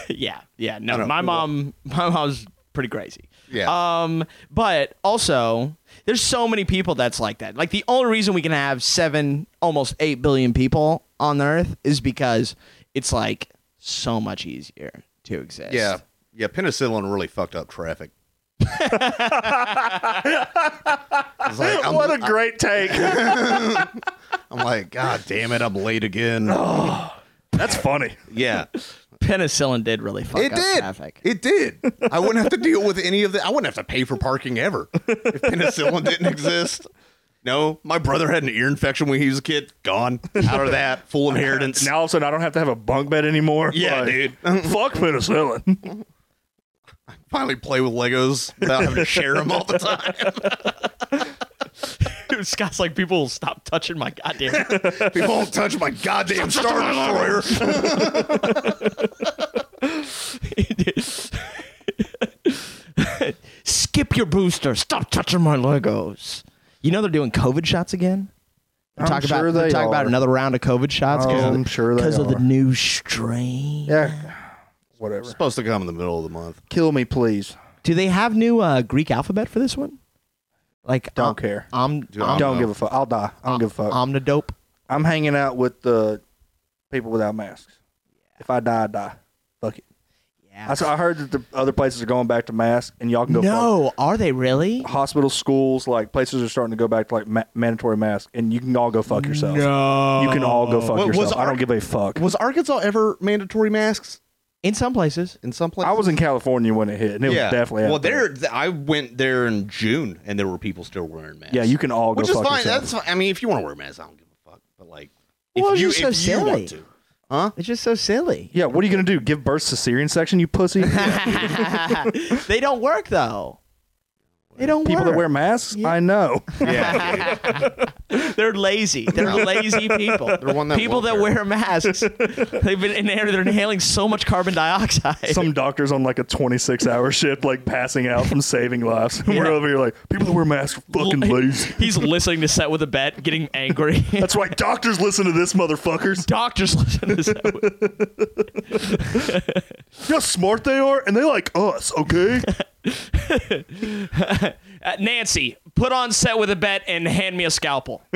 Speaker 4: yeah, yeah. No,
Speaker 2: don't
Speaker 4: my
Speaker 2: know.
Speaker 4: mom, my mom's pretty crazy.
Speaker 2: Yeah.
Speaker 4: Um, but also, there's so many people that's like that. Like the only reason we can have seven, almost eight billion people on Earth is because it's like so much easier to exist.
Speaker 2: Yeah, yeah. Penicillin really fucked up traffic. It's like, I'm,
Speaker 3: What a great take.
Speaker 2: I'm like, God damn it, I'm late again.
Speaker 3: That's funny.
Speaker 2: Yeah.
Speaker 4: penicillin did really fuck
Speaker 2: It
Speaker 4: up
Speaker 2: did.
Speaker 4: traffic.
Speaker 2: It did. I wouldn't have to deal with any of that. I wouldn't have to pay for parking ever if penicillin didn't exist. No, my brother had an ear infection when he was a kid. Gone out of that full inheritance.
Speaker 3: Now all of a sudden I don't have to have a bunk bed anymore.
Speaker 2: Yeah,
Speaker 3: Like,
Speaker 2: dude.
Speaker 3: Fuck penicillin.
Speaker 2: Finally, play with Legos without having to share them all the time.
Speaker 4: Scott's like, people will stop touching my goddamn.
Speaker 2: People won't touch my goddamn Star Destroyer.
Speaker 1: Skip your booster. Stop touching my Legos.
Speaker 4: You know they're doing COVID shots again.
Speaker 3: I'm
Speaker 1: talk about
Speaker 3: sure they
Speaker 1: talk
Speaker 3: are. Oh,
Speaker 1: about another round of COVID shots because
Speaker 3: I'm sure they
Speaker 1: of the
Speaker 3: are.
Speaker 1: new strain.
Speaker 3: Yeah. Whatever.
Speaker 2: Supposed to come in the middle of the month.
Speaker 3: Kill me, please.
Speaker 1: Do they have new uh, Greek alphabet for this one? Like
Speaker 3: Don't
Speaker 1: um,
Speaker 3: care.
Speaker 1: Om, om,
Speaker 3: Don't give a fuck. I'll die. I don't give a
Speaker 1: Um,
Speaker 3: fuck.
Speaker 1: omnidope.
Speaker 3: I'm hanging out with the people without masks. If I die, I die. Fuck it.
Speaker 1: Yeah.
Speaker 3: I, saw, I heard that the other places are going back to masks, and y'all can go.
Speaker 1: no, are they really?
Speaker 3: Fuck. Hospitals, schools, like places are starting to go back to like ma- mandatory masks, and you can all go fuck yourselves.
Speaker 1: No.
Speaker 3: You can all go fuck
Speaker 2: What was
Speaker 3: yourself. I
Speaker 2: our-
Speaker 3: don't give a fuck.
Speaker 2: Was Arkansas ever mandatory masks
Speaker 1: In some places.
Speaker 2: in some places?
Speaker 3: I was in California when it hit, and it was definitely out
Speaker 2: Well,
Speaker 3: there.
Speaker 2: there, th- I went there in June, and there were people still wearing masks.
Speaker 3: Yeah, you can all go
Speaker 2: which is
Speaker 3: fuck
Speaker 2: fine.
Speaker 3: yourself.
Speaker 2: That's fine. I mean, if you want to wear masks, I don't give a fuck. But like,
Speaker 1: Well,
Speaker 2: if
Speaker 1: it's
Speaker 2: you
Speaker 1: just so
Speaker 2: if you
Speaker 1: silly.
Speaker 2: want to,
Speaker 1: It's just so silly.
Speaker 3: yeah, what are you gonna do? Give birth to Syrian section, you pussy?
Speaker 1: they don't work though. They don't
Speaker 3: People
Speaker 1: work.
Speaker 3: that wear masks, I know.
Speaker 4: They're lazy. They're lazy people. They're
Speaker 2: one that
Speaker 4: people
Speaker 2: won't
Speaker 4: that
Speaker 2: care.
Speaker 4: wear masks. They've been inhaling, they're inhaling so much carbon dioxide.
Speaker 3: Some doctors on like a 26 hour shift, like passing out from saving lives. And we're
Speaker 4: Yeah.
Speaker 3: over here like, people that wear masks are fucking lazy.
Speaker 4: He's listening to Set with a Bet, getting angry.
Speaker 3: That's right. Doctors listen to this, motherfuckers.
Speaker 4: Doctors listen to Set with
Speaker 3: You know how smart they are, and they like us. Okay.
Speaker 4: Uh, Nancy, put on Set with a Bet and hand me a scalpel.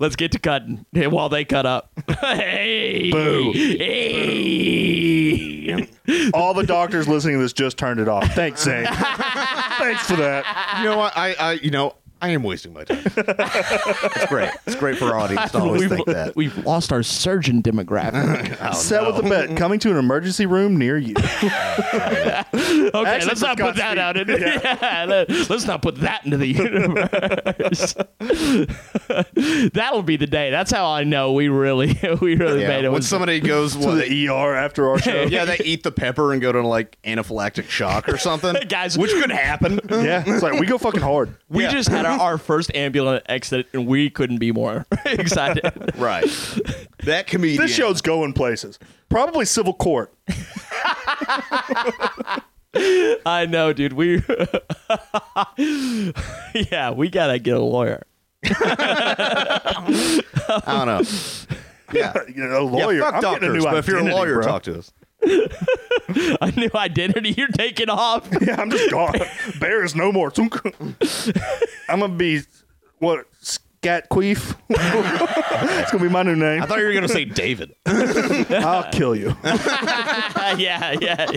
Speaker 4: Let's get to cutting eh, while they cut up. hey. Boo. Hey.
Speaker 3: All the doctors listening to this just turned it off. Thanks, Zane. Thanks for that.
Speaker 2: you know what? I, I, you know, I am wasting my time. it's great. It's great for our audience to always think that.
Speaker 4: We've lost our surgeon demographic.
Speaker 3: Set with the bet. Mm-hmm. Coming to an emergency room near you.
Speaker 4: Okay,
Speaker 3: Actually,
Speaker 4: let's
Speaker 3: for
Speaker 4: not put
Speaker 3: Scott's
Speaker 4: that out.
Speaker 3: feet.
Speaker 4: In, yeah. let, us not put that into the universe. That'll be the day. That's how I know we really, we really
Speaker 2: Yeah.
Speaker 4: made it.
Speaker 2: When
Speaker 4: was-
Speaker 2: somebody goes,
Speaker 3: to
Speaker 2: well, they,
Speaker 3: the ER after our show.
Speaker 2: yeah, they eat the pepper and go to like anaphylactic shock or something,
Speaker 4: Guys-
Speaker 2: which could happen.
Speaker 3: Yeah. It's like we go fucking hard.
Speaker 4: we
Speaker 2: yeah.
Speaker 4: just had our, our first ambulance exit, and we couldn't be more excited.
Speaker 2: right. That comedian.
Speaker 3: This show's going places. Probably civil court.
Speaker 4: I know, dude. We, yeah, we gotta get a lawyer.
Speaker 2: I don't know.
Speaker 3: You know, a lawyer.
Speaker 2: yeah, fuck
Speaker 3: I'm
Speaker 2: doctors.
Speaker 3: getting a new
Speaker 2: but if you're a
Speaker 3: identity,
Speaker 2: lawyer,
Speaker 3: bro.
Speaker 2: talk to us.
Speaker 4: A new identity. You're taking off.
Speaker 3: Yeah, I'm just gone. Bear is no more. Tunk. I'm gonna be what scat queef. it's gonna be my new name.
Speaker 2: I thought Oh, you were gonna say David.
Speaker 3: I'll kill you.
Speaker 4: yeah, yeah,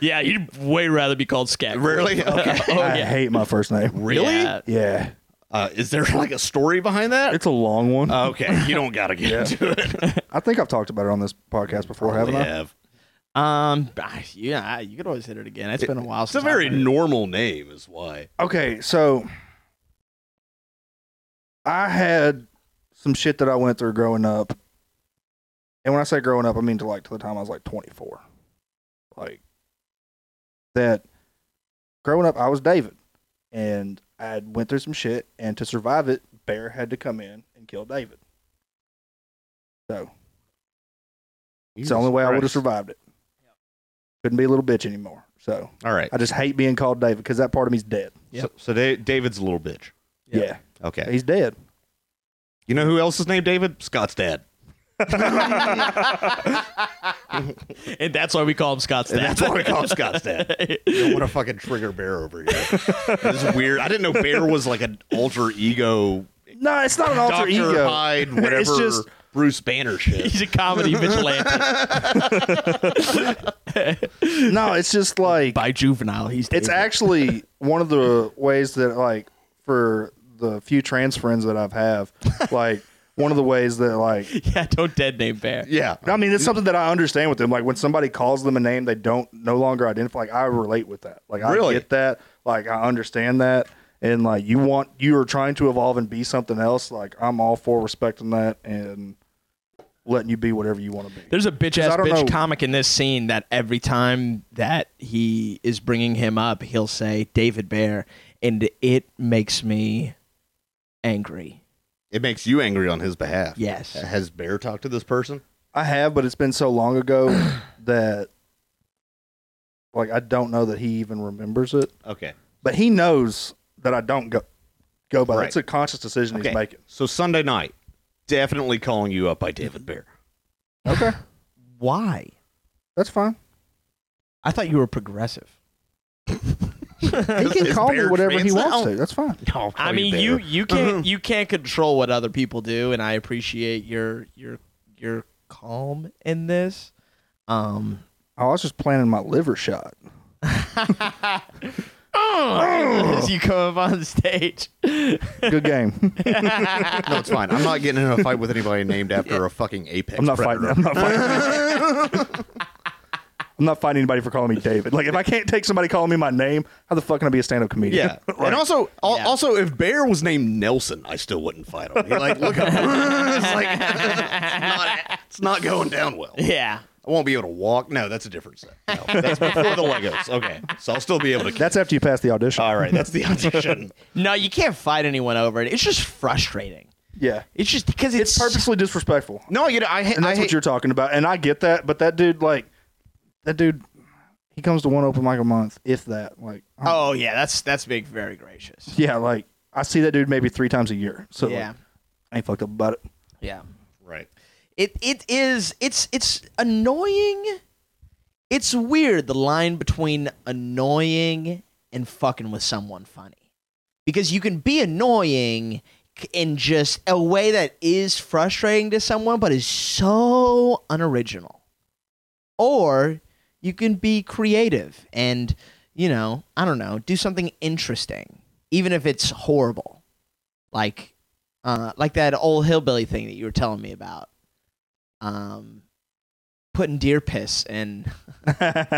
Speaker 4: yeah. You'd way rather be called Scat.
Speaker 2: really? Okay.
Speaker 4: Oh
Speaker 3: I
Speaker 4: yeah.
Speaker 3: hate my first name.
Speaker 2: Really?
Speaker 4: Yeah.
Speaker 3: Yeah,
Speaker 2: Uh, is there like a story behind that? Uh,
Speaker 3: it's a long one.
Speaker 2: Okay, you don't gotta get into it.
Speaker 3: I think I've talked about it on this podcast before, haven't
Speaker 2: Probably
Speaker 3: I?
Speaker 2: have.
Speaker 4: Um. I- Yeah, you could always hit it again. It's been a while.
Speaker 2: It's a very normal name, is why.
Speaker 3: Okay, so I had some shit that I went through growing up, and when I say growing up, I mean to like to the time I was like 24. Like that. Growing up, I was David, and I had went through some shit, and to survive it, Bear had to come in and kill David. So it's the only way I would have survived it. Couldn't be a little bitch anymore. So
Speaker 2: All right.
Speaker 3: I just hate being called David because that part of me's dead.
Speaker 2: So, so Da- David's a little bitch.
Speaker 3: Yeah.
Speaker 2: Okay.
Speaker 3: He's dead.
Speaker 2: You know who else is named David? Scott's dad.
Speaker 4: and that's why we call him Scott's
Speaker 2: And
Speaker 4: dad.
Speaker 2: that's why we call him Scott's dad. You know, what a fucking trigger bear over here. It's weird. I didn't know bear was like an alter ego,
Speaker 3: No, it's not an alter
Speaker 2: Dr.
Speaker 3: ego.
Speaker 2: Hyde, whatever.
Speaker 3: just-
Speaker 2: Bruce Banner shit.
Speaker 4: He's a comedy vigilante
Speaker 3: No, it's just like
Speaker 4: by juvenile. He's
Speaker 3: it's actually one of the ways that like for the few trans friends that I've have, like one of the ways that like
Speaker 4: yeah. Don't dead name bear.
Speaker 2: Yeah.
Speaker 3: I mean it's something that I understand with them. Like when somebody calls them a name they don't no longer identify, like I relate with that. Like I
Speaker 2: Really?
Speaker 3: get that. Like I understand that. And like you want you are trying to evolve and be something else. Like I'm all for respecting that and letting you be whatever you want to be.
Speaker 4: There's a bitch ass
Speaker 3: I don't
Speaker 4: bitch
Speaker 3: know.
Speaker 4: comic in this scene that every time that he is bringing him up, he'll say David Bear, and it makes me angry.
Speaker 2: It makes you angry on his behalf.
Speaker 4: Yes.
Speaker 2: Has Bear talked to this person?
Speaker 3: I have, but it's been so long ago that like I don't know that he even remembers it.
Speaker 2: Okay.
Speaker 3: But he knows that I don't go go by.
Speaker 2: Right.
Speaker 3: It's a conscious decision
Speaker 2: Okay.
Speaker 3: he's making.
Speaker 2: So Sunday night, definitely calling you up by David Bear.
Speaker 3: Okay,
Speaker 4: Why?
Speaker 3: that's fine.
Speaker 4: I thought you were progressive.
Speaker 3: He can
Speaker 2: Is
Speaker 3: call me
Speaker 2: Bear
Speaker 3: whatever he
Speaker 2: trans
Speaker 3: wants
Speaker 2: now?
Speaker 3: to. That's fine.
Speaker 2: No,
Speaker 4: I mean, you you can't you can't control what other people do, and I appreciate your your your calm in this. Um,
Speaker 3: Oh, I was just planning my liver shot.
Speaker 4: as you come up on stage,
Speaker 3: Good game.
Speaker 2: No, it's fine. I'm not getting in a fight with anybody named after a fucking apex.
Speaker 3: I'm not
Speaker 2: predator.
Speaker 3: fighting. I'm not fighting. I'm not fighting anybody for calling me David. Like if I can't take somebody calling me my name, how the fuck can I be a stand-up comedian?
Speaker 2: Yeah, and also, al-
Speaker 4: Yeah.
Speaker 2: also, if Bear was named Nelson, I still wouldn't fight him. He, like, look, up. it's like it's not, it's not going down well. I
Speaker 4: yeah,
Speaker 2: won't be able to walk. No, that's a different set. No, that's before the Legos. Okay, so I'll still be able to.
Speaker 3: that's after you pass the audition.
Speaker 2: all right. That's the audition.
Speaker 4: no, you can't fight anyone over it. It's just frustrating.
Speaker 3: Yeah,
Speaker 4: It's just because it's,
Speaker 3: it's purposely disrespectful.
Speaker 2: No, you know, I,
Speaker 3: and that's what you're talking about. And I get that, but that dude, like, that dude, he comes to one open mic a month, if that. Like, I-
Speaker 4: Oh yeah, that's that's being very gracious.
Speaker 3: yeah, like I see that dude maybe three times a year. So yeah,
Speaker 4: Yeah.
Speaker 3: I ain't fucked up about it.
Speaker 4: Yeah.
Speaker 2: right.
Speaker 4: It it is it's it's annoying. It's weird the line between annoying and fucking with someone funny. Because you can be annoying c- in just a way that is frustrating to someone but is so unoriginal. Or you can be creative and, you know, I don't know, do something interesting even if it's horrible. Like uh, like that old hillbilly thing that you were telling me about. Um, putting deer piss in, like, like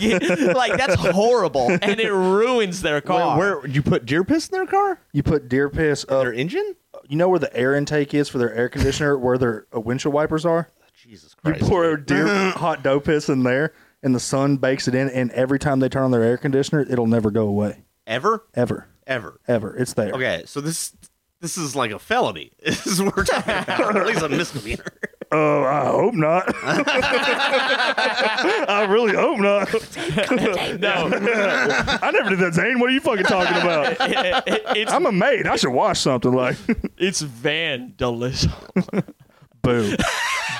Speaker 4: that's horrible, and it ruins their car.
Speaker 2: Where, where- you put deer piss in their car?
Speaker 3: You put deer piss up.
Speaker 2: Their engine?
Speaker 3: You know where the air intake is for their air conditioner, where their uh, windshield wipers are.
Speaker 2: Jesus
Speaker 3: You
Speaker 2: Christ!
Speaker 3: pour deer hot doe piss in there, and the sun bakes it in. And every time they turn on their air conditioner, it'll never go away,
Speaker 2: ever,
Speaker 3: ever,
Speaker 2: ever.
Speaker 3: ever. It's there.
Speaker 2: Okay, so this this is like a felony. This is what we're talking about, or at least a misdemeanor.
Speaker 3: Oh, I hope not. I really hope not.
Speaker 4: no,
Speaker 3: I never did that, Zane. What are you fucking talking about?
Speaker 4: it's
Speaker 3: I'm a maid. I should wash something. Like,
Speaker 4: it's vandalism.
Speaker 3: boo,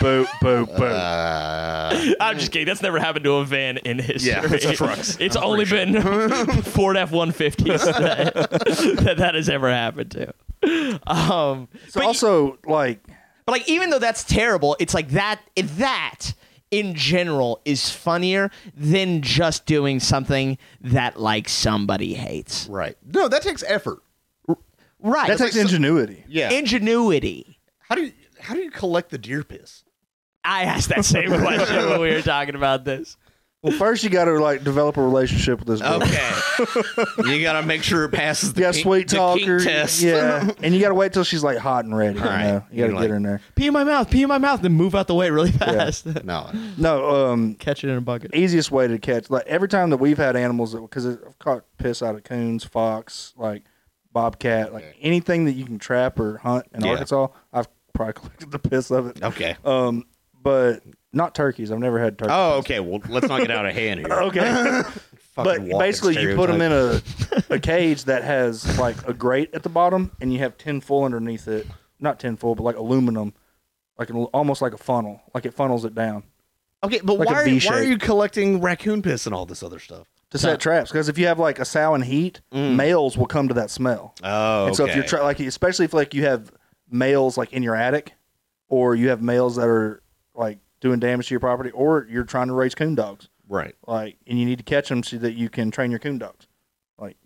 Speaker 3: boo, boo, boo.
Speaker 2: Uh,
Speaker 4: I'm just kidding. That's never happened to a van in history.
Speaker 2: Yeah, it's trucks.
Speaker 4: It's only been Ford F-150s that, that that has ever happened to. Um,
Speaker 3: so also, like,
Speaker 4: But like, even though that's terrible, it's like that. That in general is funnier than just doing something that like somebody hates.
Speaker 2: right. No, that takes effort.
Speaker 4: Right.
Speaker 3: that takes ingenuity.
Speaker 2: Yeah.
Speaker 4: ingenuity.
Speaker 2: How do you how do you collect the deer piss?
Speaker 4: I asked that same question when we were talking about this.
Speaker 3: Well, first you got to like develop a relationship with this girl.
Speaker 2: Okay. you gotta make sure it passes the
Speaker 3: You got
Speaker 2: kink-
Speaker 3: sweet
Speaker 2: the kink
Speaker 3: talker.
Speaker 2: test.
Speaker 3: Yeah, and you got to wait till she's like hot and ready. You,
Speaker 2: right.
Speaker 3: know? you got
Speaker 2: You're
Speaker 3: to get
Speaker 2: like-
Speaker 3: her in there.
Speaker 4: Pee in my mouth. Pee in my mouth. Then move out the way really fast.
Speaker 2: No.
Speaker 3: No, um,
Speaker 4: Catch it in a bucket.
Speaker 3: easiest way to catch like every time that we've had animals because I've caught piss out of coons, fox, like bobcat, like anything that you can trap or hunt in
Speaker 2: Yeah.
Speaker 3: Arkansas, I've probably collected the piss of it.
Speaker 2: Okay.
Speaker 3: Um, but not turkeys. I've never had turkeys.
Speaker 2: Oh, okay. Well, let's not get out of hand here.
Speaker 3: okay. but
Speaker 2: Fucking walking
Speaker 3: basically, you put them
Speaker 2: stereotype.
Speaker 3: in a a cage that has like a grate at the bottom, and you have tin foil underneath it. Not tin foil, but like aluminum, like an, almost like a funnel. Like it funnels it down.
Speaker 2: Okay, but
Speaker 3: like a
Speaker 2: why, are,
Speaker 3: V
Speaker 2: why are
Speaker 3: shape.
Speaker 2: you collecting raccoon piss and all this other stuff?
Speaker 3: to set traps because if you have like a sow in heat, males will come to that smell.
Speaker 2: Oh,
Speaker 3: And so if you're tra- like, especially if like you have males like in your attic, or you have males that are like doing damage to your property, or you're trying to raise coon dogs,
Speaker 2: right.
Speaker 3: like, and you need to catch them so that you can train your coon dogs. Like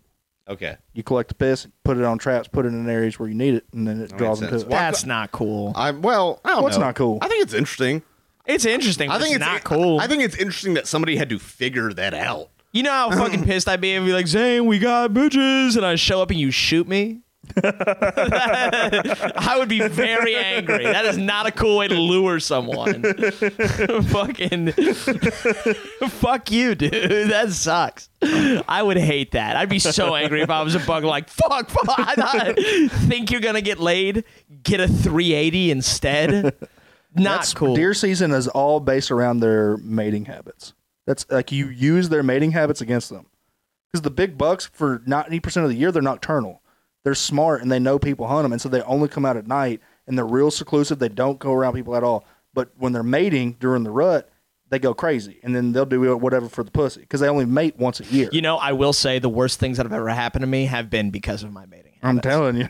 Speaker 2: Okay.
Speaker 3: you collect the piss, put it on traps, put it in areas where you need it, and then it draws them to
Speaker 2: sense.
Speaker 3: it.
Speaker 2: Why-
Speaker 4: That's not cool.
Speaker 2: I'm well. I don't
Speaker 3: What's
Speaker 2: know.
Speaker 3: not cool?
Speaker 2: I think it's interesting.
Speaker 4: It's interesting. But
Speaker 2: I think
Speaker 4: it's,
Speaker 2: it's
Speaker 4: not cool.
Speaker 2: I think it's interesting that somebody had to figure that out.
Speaker 4: You know how fucking pissed I'd be and be like, Zane, we got bitches, and I show up and you shoot me. I would be very angry. That is not a cool way to lure someone. Fucking fuck you, dude. That sucks. I would hate that. I'd be so angry if I was a bug like fuck, fuck. I thought- think you're gonna get laid. Get a 380 instead. Not
Speaker 3: That's
Speaker 4: cool.
Speaker 3: Deer season is all based around their mating habits. That's like you use their mating habits against them. Because the big bucks, for 90% of the year, they're nocturnal. They're smart and they know people hunt them. And so they only come out at night and they're real seclusive. They don't go around people at all. But when they're mating during the rut, they go crazy. And then they'll do whatever for the pussy because they only mate once a year.
Speaker 4: You know, I will say the worst things that have ever happened to me have been because of my mating.
Speaker 3: I'm telling you.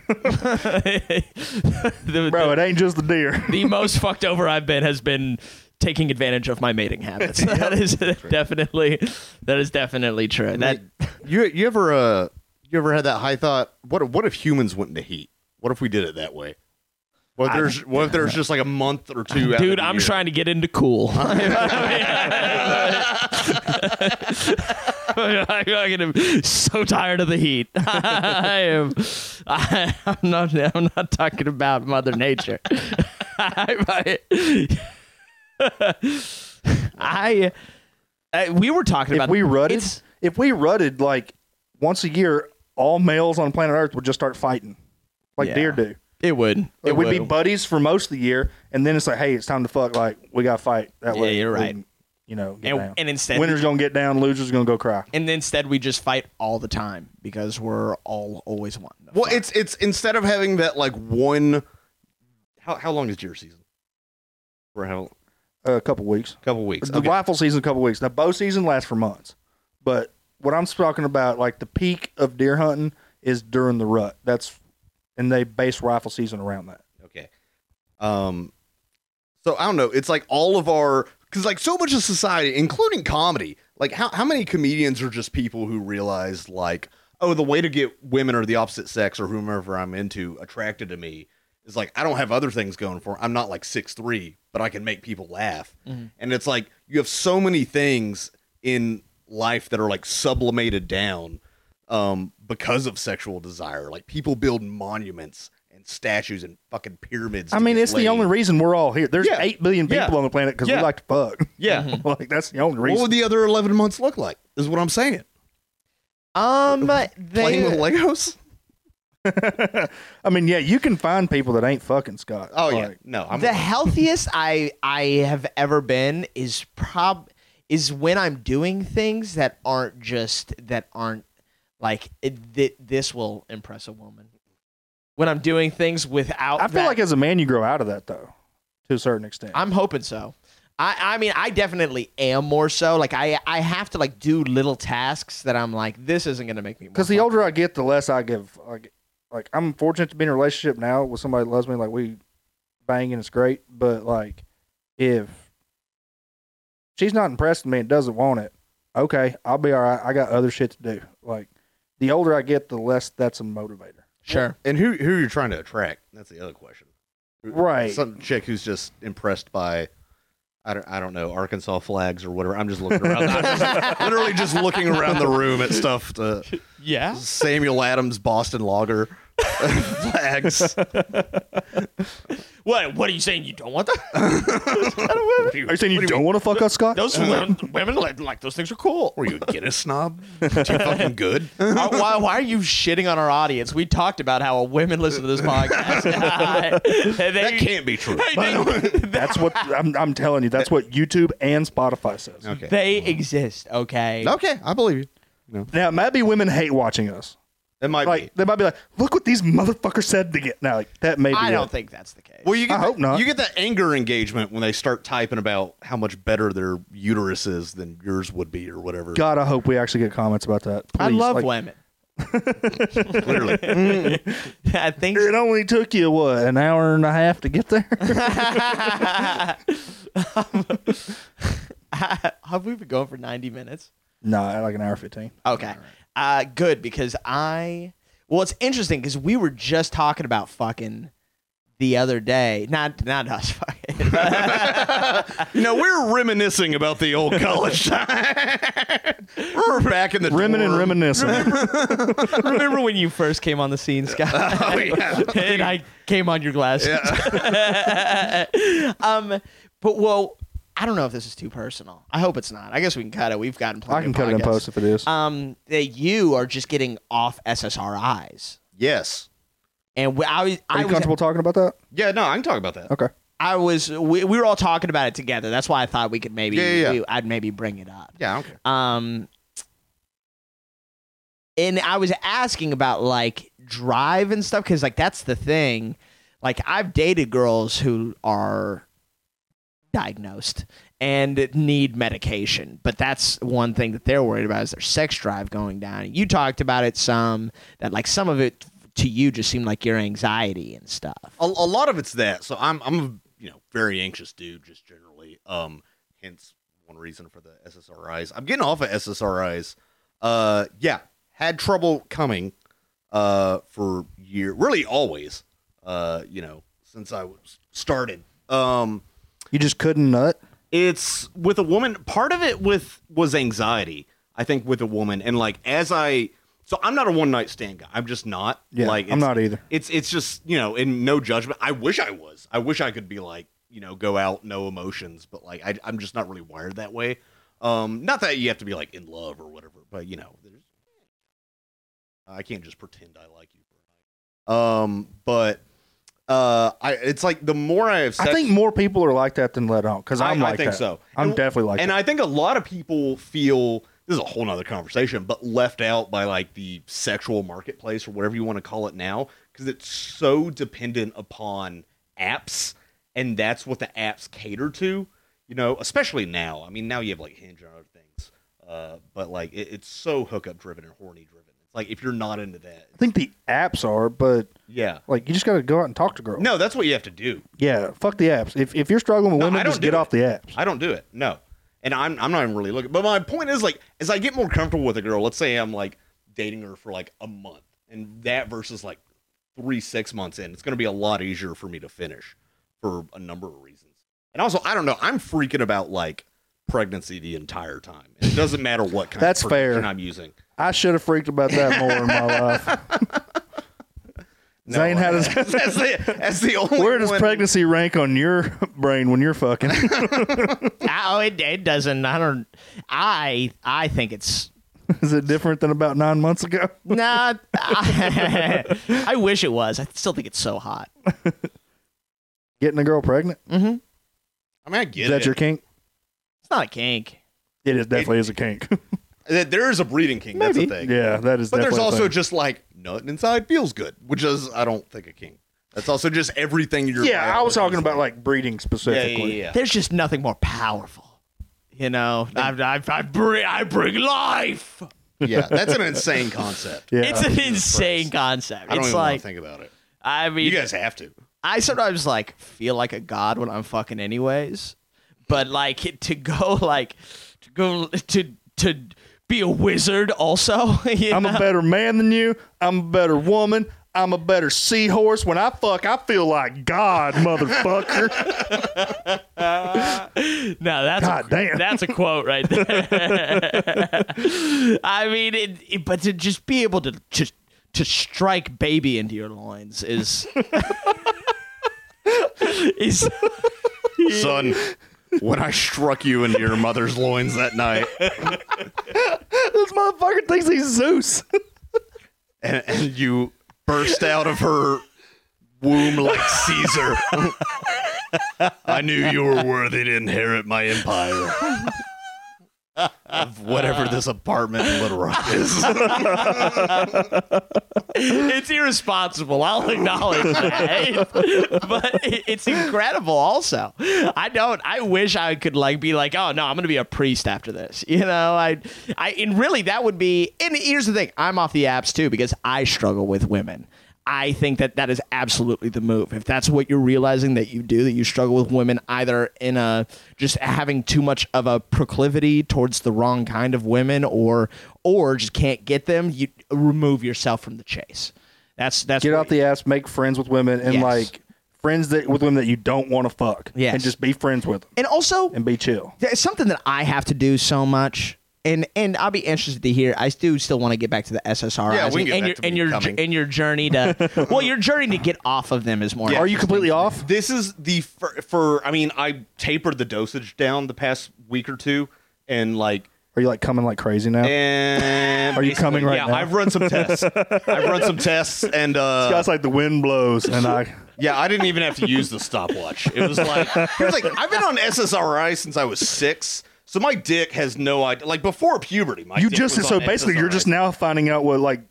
Speaker 4: The-
Speaker 3: Bro, it ain't just the deer.
Speaker 4: the most fucked over I've been has been taking advantage of my mating habits. That is definitely that is definitely true. That
Speaker 2: You you ever uh you ever had that high thought? What what if humans went into heat? What if we did it that way? What if there's what if there's just like a month or two? out of
Speaker 4: dude,
Speaker 2: the
Speaker 4: I'm
Speaker 2: year?
Speaker 4: trying to get into cool. I'm fucking so tired of the heat. I am. I, I'm not. I'm not talking about Mother Nature. I, I- I- we were talking
Speaker 3: if
Speaker 4: about
Speaker 3: we rutted,
Speaker 4: it's-
Speaker 3: if we rutted like once a year, all males on planet Earth would just start fighting, like
Speaker 4: Yeah.
Speaker 3: deer do.
Speaker 4: It would.
Speaker 3: Like,
Speaker 4: it
Speaker 3: we'd
Speaker 4: would
Speaker 3: be buddies for most of the year, and then it's like, hey, it's time to fuck. Like we got to fight that
Speaker 4: Yeah,
Speaker 3: way.
Speaker 4: you're
Speaker 3: we
Speaker 4: right.
Speaker 3: can, you know, get
Speaker 4: and,
Speaker 3: down.
Speaker 4: and instead
Speaker 3: winner's gonna get down, loser's gonna go cry.
Speaker 4: and instead we just fight all the time because we're all always one.
Speaker 2: Well, it's it's instead of having that like one. How how long is deer season? For how
Speaker 3: Uh, a couple weeks.
Speaker 2: a couple weeks?
Speaker 3: The
Speaker 2: Okay.
Speaker 3: rifle season, a couple weeks. Now bow season lasts for months, but what I'm talking about, like the peak of deer hunting, is during the rut. That's and they base rifle season around that.
Speaker 2: Okay. Um. So I don't know. It's like all of our because like so much of society, including comedy, like how how many comedians are just people who realize like oh the way to get women or the opposite sex or whomever I'm into attracted to me is like I don't have other things going for. 'em. I'm not like six three, but I can make people laugh.
Speaker 3: Mm-hmm.
Speaker 2: And it's like you have so many things in life that are like sublimated down um, because of sexual desire. Like people build monuments and statues and fucking pyramids.
Speaker 3: I
Speaker 2: to
Speaker 3: mean,
Speaker 2: get
Speaker 3: it's
Speaker 2: laid.
Speaker 3: the only reason we're all here. There's
Speaker 2: Yeah.
Speaker 3: eight billion people
Speaker 2: Yeah.
Speaker 3: on the planet because
Speaker 2: Yeah.
Speaker 3: we like to fuck.
Speaker 2: Yeah.
Speaker 3: like that's the only
Speaker 2: What
Speaker 3: reason.
Speaker 2: would the other eleven months look like? Is what I'm saying.
Speaker 1: Um,
Speaker 2: Playing
Speaker 1: they
Speaker 2: with Legos?
Speaker 3: I mean, yeah, you can find people that ain't fucking Scott.
Speaker 2: Oh yeah.
Speaker 3: Like,
Speaker 2: No, I'm
Speaker 1: the healthiest I I have ever been is prob is when I'm doing things that aren't just that aren't like it, th- this will impress a woman. When I'm doing things without,
Speaker 3: I feel
Speaker 1: that-
Speaker 3: like as a man, you grow out of that though, to a certain extent.
Speaker 1: I'm hoping so. I, I mean, I definitely am more so. Like, I, I have to like do little tasks that I'm like, this isn't gonna make me. more
Speaker 3: Because the
Speaker 1: fuck-
Speaker 3: older I get, the less I give. Like, like I'm fortunate to be in a relationship now with somebody that loves me. Like we bang and it's great. But like, if she's not impressed with me and doesn't want it, okay, I'll be all right. I got other shit to do. Like, the older I get, the less that's a motivator.
Speaker 1: sure,
Speaker 2: And who who you're trying to attract? That's the other question.
Speaker 3: Right.
Speaker 2: Some chick who's just impressed by I don't I don't know Arkansas flags or whatever. I'm just looking around. I'm just- literally just looking around the room at stuff. To,
Speaker 4: yeah.
Speaker 2: Samuel Adams Boston Lager flags.
Speaker 4: What? What are you saying? You don't want that?
Speaker 3: Are you saying you don't want to fuck us, Scott?
Speaker 4: Those women, women like, like those things are cool.
Speaker 2: Were you a Guinness snob? Too fucking good.
Speaker 4: Why, why, why are you shitting on our audience? We talked about how women listen to this podcast. And they-
Speaker 2: That can't be true.
Speaker 4: they-
Speaker 3: That's what I'm, I'm telling you. That's what YouTube and Spotify says.
Speaker 2: Okay.
Speaker 4: they exist. Okay.
Speaker 2: Okay, I believe you.
Speaker 3: Now, maybe women hate watching us.
Speaker 2: It might
Speaker 3: Like
Speaker 2: be.
Speaker 3: they might be like, "Look what these motherfuckers said to get." Now, like that may be.
Speaker 1: I
Speaker 3: it.
Speaker 1: don't think that's the case.
Speaker 2: Well, you get
Speaker 3: I
Speaker 2: that-
Speaker 3: hope not.
Speaker 2: You get that anger engagement when they start typing about how much better their uterus is than yours would be, or whatever.
Speaker 3: God, I hope we actually get comments about that.
Speaker 4: I
Speaker 3: Please,
Speaker 4: love
Speaker 3: like,
Speaker 4: women.
Speaker 2: Clearly,
Speaker 4: I think
Speaker 3: It only took you what an hour and a half to get there.
Speaker 4: have we been going for ninety minutes?
Speaker 3: no, like an hour fifteen.
Speaker 4: Okay. Uh, good because I. Well, it's interesting because we were just talking about fucking the other day. Not not us fucking.
Speaker 2: You know, we're reminiscing about the old college time. we're back in the
Speaker 3: Rimming and
Speaker 2: dorm.
Speaker 3: reminiscing.
Speaker 7: Remember when you first came on the scene, Scott?
Speaker 2: Oh, yeah.
Speaker 7: and I came on your glasses. um,
Speaker 4: But well, I don't know if this is too personal. I hope it's not. I guess we can cut it. We've gotten plenty.
Speaker 3: I can
Speaker 4: of
Speaker 3: cut it in
Speaker 4: podcasts.
Speaker 3: post if it is.
Speaker 4: Um, that you are just getting off SSRIs,
Speaker 2: Yes.
Speaker 4: and we, I was,
Speaker 3: Are
Speaker 4: I
Speaker 3: you
Speaker 4: was,
Speaker 3: comfortable talking about that?
Speaker 2: Yeah, no, I can talk about that.
Speaker 3: Okay.
Speaker 4: I was, we, we were all talking about it together. That's why I thought we could maybe,
Speaker 2: Yeah, yeah, yeah.
Speaker 4: we- I'd maybe bring it up.
Speaker 2: Yeah, I don't care.
Speaker 4: Um, and I was asking about like drive and stuff because like that's the thing. Like I've dated girls who are diagnosed and need medication, but that's one thing that they're worried about is their sex drive going down. You talked about it some that like some of it to you just seemed like your anxiety and stuff.
Speaker 2: a, a lot of it's that. So I'm I'm a you know very anxious dude just generally. Um, hence one reason for the SSRIs. I'm getting off of SSRIs. Uh, yeah, had trouble coming. Uh, for year really always. Uh, you know since I was started. Um,
Speaker 3: You just couldn't nut.
Speaker 2: it's with a woman part of it with was anxiety i think with a woman and like as i so i'm not a one night stand guy i'm just not
Speaker 3: Yeah,
Speaker 2: like
Speaker 3: I'm
Speaker 2: it's-
Speaker 3: not either.
Speaker 2: it's it's just you know in no judgment i wish i was i wish i could be like you know go out no emotions but like I, i'm just not really wired that way um not that you have to be like in love or whatever but you know there's i can't just pretend i like you for a night. um but uh i it's like the more i have sex
Speaker 3: I think more people are like that than let on because
Speaker 2: I-
Speaker 3: I'm
Speaker 2: I
Speaker 3: like
Speaker 2: think
Speaker 3: that.
Speaker 2: so.
Speaker 3: I'm
Speaker 2: And-
Speaker 3: definitely like
Speaker 2: and
Speaker 3: that.
Speaker 2: I think a lot of people feel this is a whole nother conversation, but left out by like the sexual marketplace or whatever you want to call it now, because it's so dependent upon apps, and that's what the apps cater to, you know, especially now. I mean, now you have like Hinge and other things, uh, but like it, it's so hookup driven and horny driven. It's like if you're not into that,
Speaker 3: I think the apps are, but
Speaker 2: yeah.
Speaker 3: like you just got to go out and talk to girls.
Speaker 2: No, that's what you have to do.
Speaker 3: Yeah, fuck the apps. If, if you're struggling with
Speaker 2: No, I
Speaker 3: women,
Speaker 2: don't
Speaker 3: just
Speaker 2: do
Speaker 3: get
Speaker 2: it.
Speaker 3: off the apps.
Speaker 2: I don't do it. No. And I'm I'm not even really looking. But my point is like as I get more comfortable with a girl, let's say I'm like dating her for like a month and that versus like 3 6 months in, it's going to be a lot easier for me to finish for a number of reasons. And also, I don't know, I'm freaking about like pregnancy the entire time. It doesn't matter what kind
Speaker 3: That's
Speaker 2: of
Speaker 3: fair.
Speaker 2: protection I'm using.
Speaker 3: I should have freaked about that more in my life. Zane, how does
Speaker 2: That's the, that's the only
Speaker 3: where does
Speaker 2: one-
Speaker 3: pregnancy rank on your brain when you're fucking?
Speaker 4: I, oh, it, it doesn't. I don't. I I think it's
Speaker 3: Is it different than about nine months ago?
Speaker 4: Nah, I, I wish it was. I still think it's so hot.
Speaker 3: Getting a girl pregnant?
Speaker 2: I mean, I
Speaker 3: Is
Speaker 2: get
Speaker 3: that
Speaker 2: it.
Speaker 3: your kink?
Speaker 4: It's not a kink.
Speaker 3: It is definitely is a kink.
Speaker 2: That there is a breeding king, that's a thing.
Speaker 3: yeah, that is.
Speaker 2: But there's
Speaker 3: definitely a
Speaker 2: also
Speaker 3: thing.
Speaker 2: just like nothing inside feels good, which is I don't think a king. That's also just everything you're.
Speaker 3: yeah. I was talking about like breeding
Speaker 2: yeah,
Speaker 3: specifically.
Speaker 2: yeah, yeah.
Speaker 4: There's just nothing more powerful. You know, I, I, I bring I bring life.
Speaker 2: yeah. That's an insane concept.
Speaker 3: Yeah.
Speaker 4: It's an insane concept.
Speaker 2: I don't
Speaker 4: It's
Speaker 2: even want
Speaker 4: like
Speaker 2: to think about it.
Speaker 4: I
Speaker 2: You
Speaker 4: mean,
Speaker 2: guys have to.
Speaker 4: I sometimes like feel like a god when I'm fucking anyways, but like to go like to go to to be a wizard also. you
Speaker 3: I'm
Speaker 4: know?
Speaker 3: a better man than you. I'm a better woman. I'm a better seahorse. When I fuck, I feel like God, motherfucker.
Speaker 7: no, that's a,
Speaker 3: God damn.
Speaker 7: that's a quote right there.
Speaker 4: I mean, it, it- but to just be able to to to strike baby into your loins is is
Speaker 2: Son, when I struck you into your mother's loins that night,
Speaker 3: this motherfucker thinks he's Zeus.
Speaker 2: and, and you burst out of her womb like Caesar, I knew you were worthy to inherit my empire. Of whatever this apartment in Little Rock is.
Speaker 4: it's irresponsible. I'll acknowledge that, but it, it's incredible. Also, I don't. I wish I could like be like, oh no, I'm gonna be a priest after this. You know, I, I, and really that would be. And here's the thing: I'm off the apps too because I struggle with women. I think that that is absolutely the move. If that's what you're realizing that you do, that you struggle with women either in a just having too much of a proclivity towards the wrong kind of women, or or just can't get them, you remove yourself from the chase. That's that's
Speaker 3: Get
Speaker 4: what-
Speaker 3: off the ass, make friends with women, and
Speaker 4: Yes.
Speaker 3: like friends that with them that you don't want to fuck.
Speaker 1: Yes.
Speaker 3: and just be friends with them
Speaker 1: And also,
Speaker 3: and be chill.
Speaker 1: it's something that I have to do so much. And and I'll be interested to hear. I do still want to get back to the SSRIs
Speaker 2: Yeah, we can
Speaker 1: and, and
Speaker 2: get back
Speaker 1: your
Speaker 2: to
Speaker 1: and your
Speaker 2: becoming.
Speaker 1: and your journey to well, your journey to get off of them is more.
Speaker 3: Are you completely off?
Speaker 2: This is the for, for I mean, I tapered the dosage down the past week or two and like
Speaker 3: Are you like coming like crazy now?
Speaker 2: and
Speaker 3: Are you
Speaker 2: basically,
Speaker 3: coming right
Speaker 2: yeah,
Speaker 3: now?
Speaker 2: I've run some tests. I've run some tests and uh
Speaker 3: Guys, like the wind blows, and I.
Speaker 2: Yeah, I didn't even have to use the stopwatch. It was like, it was like I've been on SSRI since I was six, so my dick has no idea. Like before puberty, my
Speaker 3: You
Speaker 2: dick
Speaker 3: just
Speaker 2: was
Speaker 3: so
Speaker 2: on
Speaker 3: basically you're
Speaker 2: SSRIs.
Speaker 3: just now finding out what like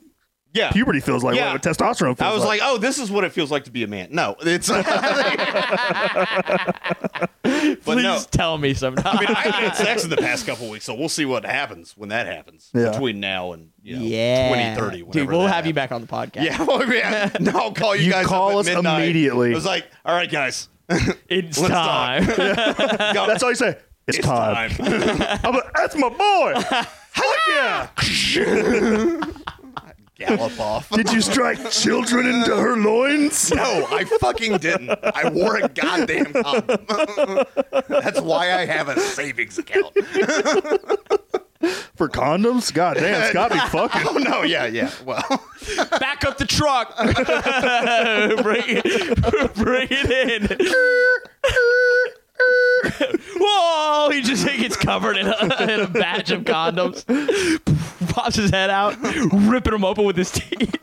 Speaker 2: yeah.
Speaker 3: puberty feels like,
Speaker 2: Yeah.
Speaker 3: what testosterone feels
Speaker 2: I was like, oh, this is what it feels like to be a man. No, it's. but
Speaker 4: Please
Speaker 2: no,
Speaker 4: tell me sometime.
Speaker 2: I mean, I haven't had sex in the past couple weeks, so we'll see what happens when that happens
Speaker 3: Yeah.
Speaker 2: between now and you know,
Speaker 1: Yeah.
Speaker 2: 2030.
Speaker 4: Dude,
Speaker 2: whenever
Speaker 4: we'll
Speaker 2: that
Speaker 4: have
Speaker 2: happens.
Speaker 4: you back on the podcast.
Speaker 2: Yeah, well, yeah. No, I'll call you,
Speaker 3: You
Speaker 2: guys. up
Speaker 3: call
Speaker 2: at
Speaker 3: us
Speaker 2: midnight.
Speaker 3: immediately.
Speaker 2: It was like, all right, guys.
Speaker 4: It's
Speaker 2: Let's
Speaker 4: time.
Speaker 2: talk. Go-
Speaker 3: that's all you say. It's,
Speaker 2: it's
Speaker 3: time.
Speaker 2: time.
Speaker 3: I'm like, that's my boy. Fuck yeah!
Speaker 2: Gallop off.
Speaker 3: Did you strike children into her loins?
Speaker 2: No, I fucking didn't. I wore a goddamn condom. That's why I have a savings account.
Speaker 3: For condoms? God damn, it's gotta be fucking.
Speaker 2: Oh no, yeah, yeah. Well,
Speaker 4: Back up the truck. bring, it, bring it in. Whoa! He just he gets covered in a, in a batch of condoms. Pops his head out, ripping them open with his teeth.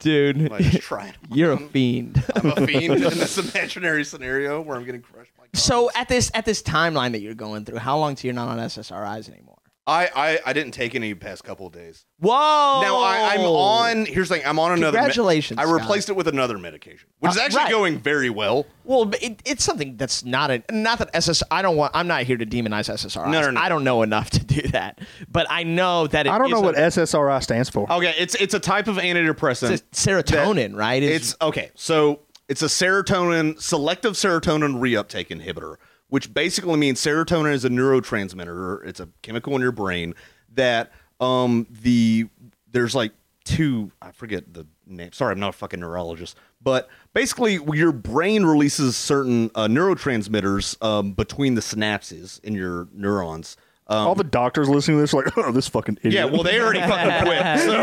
Speaker 4: Dude,
Speaker 2: I just tried.
Speaker 4: you're a fiend.
Speaker 2: I'm a fiend in this imaginary scenario where I'm getting crushed by. Condoms.
Speaker 1: So at this at this timeline that you're going through, how long till you're not on SSRIs anymore?
Speaker 2: I, I I didn't take any past couple of days.
Speaker 1: Whoa!
Speaker 2: Now I, I'm on. Here's the thing. I'm on another. me-
Speaker 1: Oh. Congratulations,
Speaker 2: I
Speaker 1: Scott.
Speaker 2: replaced it with another medication, which is
Speaker 1: Uh,
Speaker 2: actually
Speaker 1: right.
Speaker 2: going very well.
Speaker 1: Well, but it, it's something that's not a not that SS. I don't want. I'm not here to demonize SSRIs.
Speaker 2: No, no, no.
Speaker 1: I don't know enough to do that, but I know that it
Speaker 3: I don't
Speaker 1: is
Speaker 3: know
Speaker 1: a-
Speaker 3: what SSRI stands for.
Speaker 2: Okay, it's it's a type of antidepressant.
Speaker 1: it's serotonin, right? Is-
Speaker 2: It's okay. So it's a serotonin selective serotonin reuptake inhibitor, which basically means serotonin is a neurotransmitter. It's a chemical in your brain that um the there's like two I forget the name. Sorry, I'm not a fucking neurologist, but basically your brain releases certain uh, neurotransmitters um, between the synapses in your neurons. Um,
Speaker 3: All the doctors listening to this are like, oh, this fucking idiot.
Speaker 2: yeah, well, they already fucking quit. So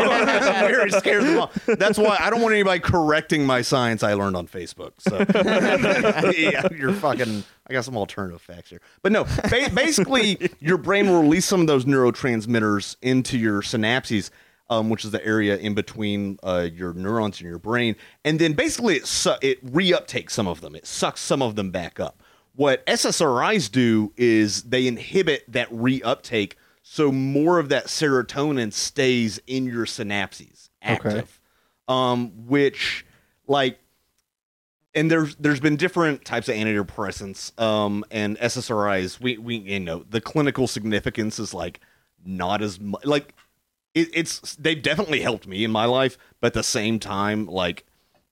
Speaker 2: we already scared them off. That's why I don't want anybody correcting my science I learned on Facebook. So yeah, you're fucking. I got some alternative facts here, but no. Ba- basically, your brain will release some of those neurotransmitters into your synapses, um, which is the area in between uh, your neurons in your brain, and then basically it su- it reuptakes some of them. It sucks some of them back up. What SSRIs do is they inhibit that reuptake so more of that serotonin stays in your synapses active um which like and there's there's been different types of antidepressants um and ssris we we you know the clinical significance is like not as much like it, it's they've definitely helped me in my life but at the same time like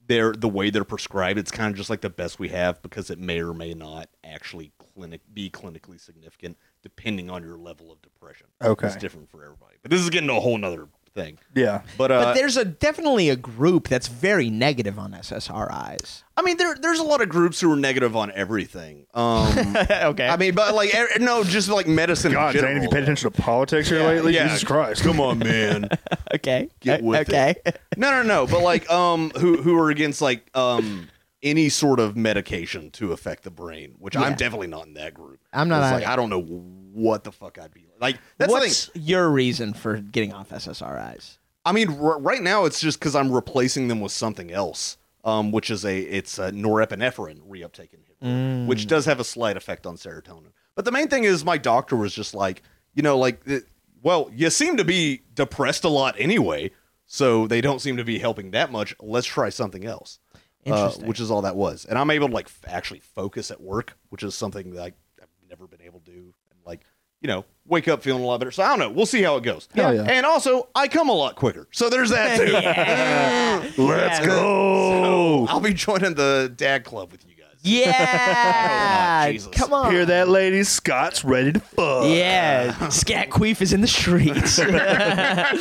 Speaker 2: they're the way they're prescribed it's kind of just like the best we have because it may or may not actually clinic be clinically significant depending on your level of depression
Speaker 3: Okay.
Speaker 2: it's different for everybody but this is getting a whole nother thing
Speaker 3: Yeah.
Speaker 2: but uh
Speaker 1: but there's a definitely a group that's very negative on SSRIs.
Speaker 2: I mean, there, there's a lot of groups who are negative on everything. Um,
Speaker 4: okay.
Speaker 2: I mean, but like, er, no, just like medicine. in
Speaker 3: God, Zane, have you
Speaker 2: general.
Speaker 3: paid attention to politics here lately?
Speaker 2: yeah.
Speaker 3: Jesus Christ.
Speaker 2: Come on, man.
Speaker 1: Okay.
Speaker 2: Get with it.
Speaker 1: okay.
Speaker 2: no, no, no. But like, um, who who are against like um any sort of medication to affect the brain? Which I'm
Speaker 1: Yeah.
Speaker 2: definitely not in that group.
Speaker 1: I'm not
Speaker 2: It's
Speaker 1: either.
Speaker 2: like, I don't know what the fuck I'd be like. That's the thing.
Speaker 1: What's your reason for getting off SSRIs?
Speaker 2: I mean, r- right now it's just because I'm replacing them with something else, um, which is a it's a norepinephrine reuptake inhibitor,
Speaker 3: Mm.
Speaker 2: which does have a slight effect on serotonin. But the main thing is, my doctor was just like, you know, like, th- well, you seem to be depressed a lot anyway, so they don't seem to be helping that much. Let's try something else, Uh,
Speaker 1: Interesting.
Speaker 2: which is all that was. And I'm able to like f- actually focus at work, which is something that I, I've never been able to do. And like, you know, wake up feeling a lot better. So I don't know. We'll see how it goes.
Speaker 3: Hell yeah.
Speaker 2: And also, I come a lot quicker. So there's that too.
Speaker 3: Let's go.
Speaker 2: I'll be joining the dad club with you guys.
Speaker 1: Yeah.
Speaker 2: Oh, Jesus.
Speaker 1: Come on.
Speaker 3: Hear that, ladies? Scott's ready to fuck.
Speaker 4: Uh.
Speaker 1: Yeah, Scat Queef is in the streets. um,
Speaker 3: coming in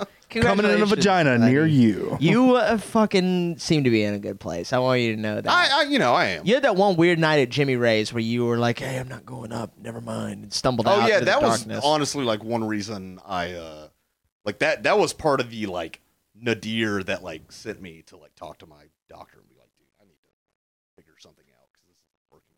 Speaker 3: a
Speaker 4: Congratulations,
Speaker 3: vagina
Speaker 4: buddy.
Speaker 3: near you.
Speaker 4: You uh, fucking seem to be in a good place. I want you to know that.
Speaker 2: I, I, you know, I am.
Speaker 4: you had that one weird night at Jimmy Ray's where you were like, "Hey, I'm not going up. Never mind." And stumbled
Speaker 2: Oh
Speaker 4: out.
Speaker 2: yeah,
Speaker 4: into the
Speaker 2: that was
Speaker 4: darkness.
Speaker 2: honestly like one reason I uh like that that was part of the like nadir that like sent me to like talk to my doctor and be like, dude, I need to figure something out because this is working.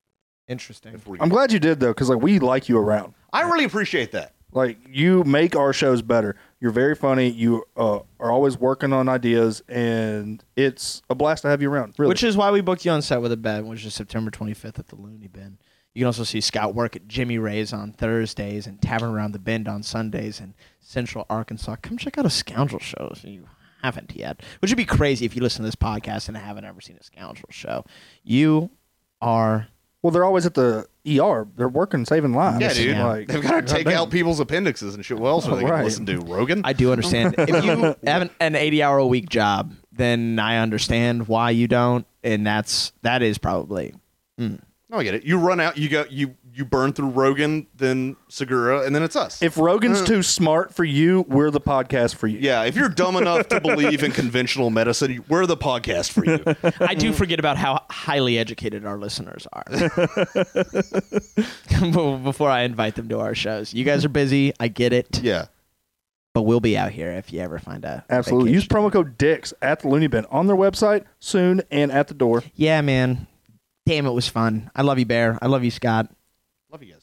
Speaker 4: Interesting.
Speaker 2: If we-
Speaker 3: I'm glad you did though, because like we like you around.
Speaker 2: I really appreciate that.
Speaker 3: Like you make our shows better. You're very funny. You uh, are always working on ideas, and it's a blast to have you around. Really,
Speaker 4: Which is why we booked you on set with a bed, which is September 25th at the Looney Bin. You can also see Scout work at Jimmy Ray's on Thursdays and Tavern Around the Bend on Sundays in Central Arkansas. Come check out a Scoundrel show if you haven't yet. Which would be crazy if you listen to this podcast and haven't ever seen a Scoundrel show. You are
Speaker 3: well, they're always at the ER. They're working, saving lives.
Speaker 2: Yeah, dude.
Speaker 3: Like,
Speaker 2: They've got to take
Speaker 3: goddamn.
Speaker 2: out people's appendixes and shit. What else are they going
Speaker 3: Right.
Speaker 2: to listen to? Rogan?
Speaker 4: I do understand. if you have an, an eighty-hour-a-week job, then I understand why you don't, and that's that is probably
Speaker 2: no, I get it. You run out. You go. You you burn through Rogan, then Segura, and then it's us.
Speaker 3: If Rogan's too smart for you, we're the podcast for you.
Speaker 2: yeah, if you're dumb enough to believe in conventional medicine, you- we're the podcast for you.
Speaker 4: I do forget about how highly educated our listeners are. Be- Before I invite them to our shows, you guys are busy. I get it,
Speaker 2: Yeah.
Speaker 4: but we'll be out here if you ever find a
Speaker 3: Absolutely. Use
Speaker 4: vacation.
Speaker 3: promo code DIX at the Looney Bin on their website soon and at the door.
Speaker 4: Yeah, man. Damn, it was fun. I love you, Bear. I love you, Scott.
Speaker 2: Love you guys.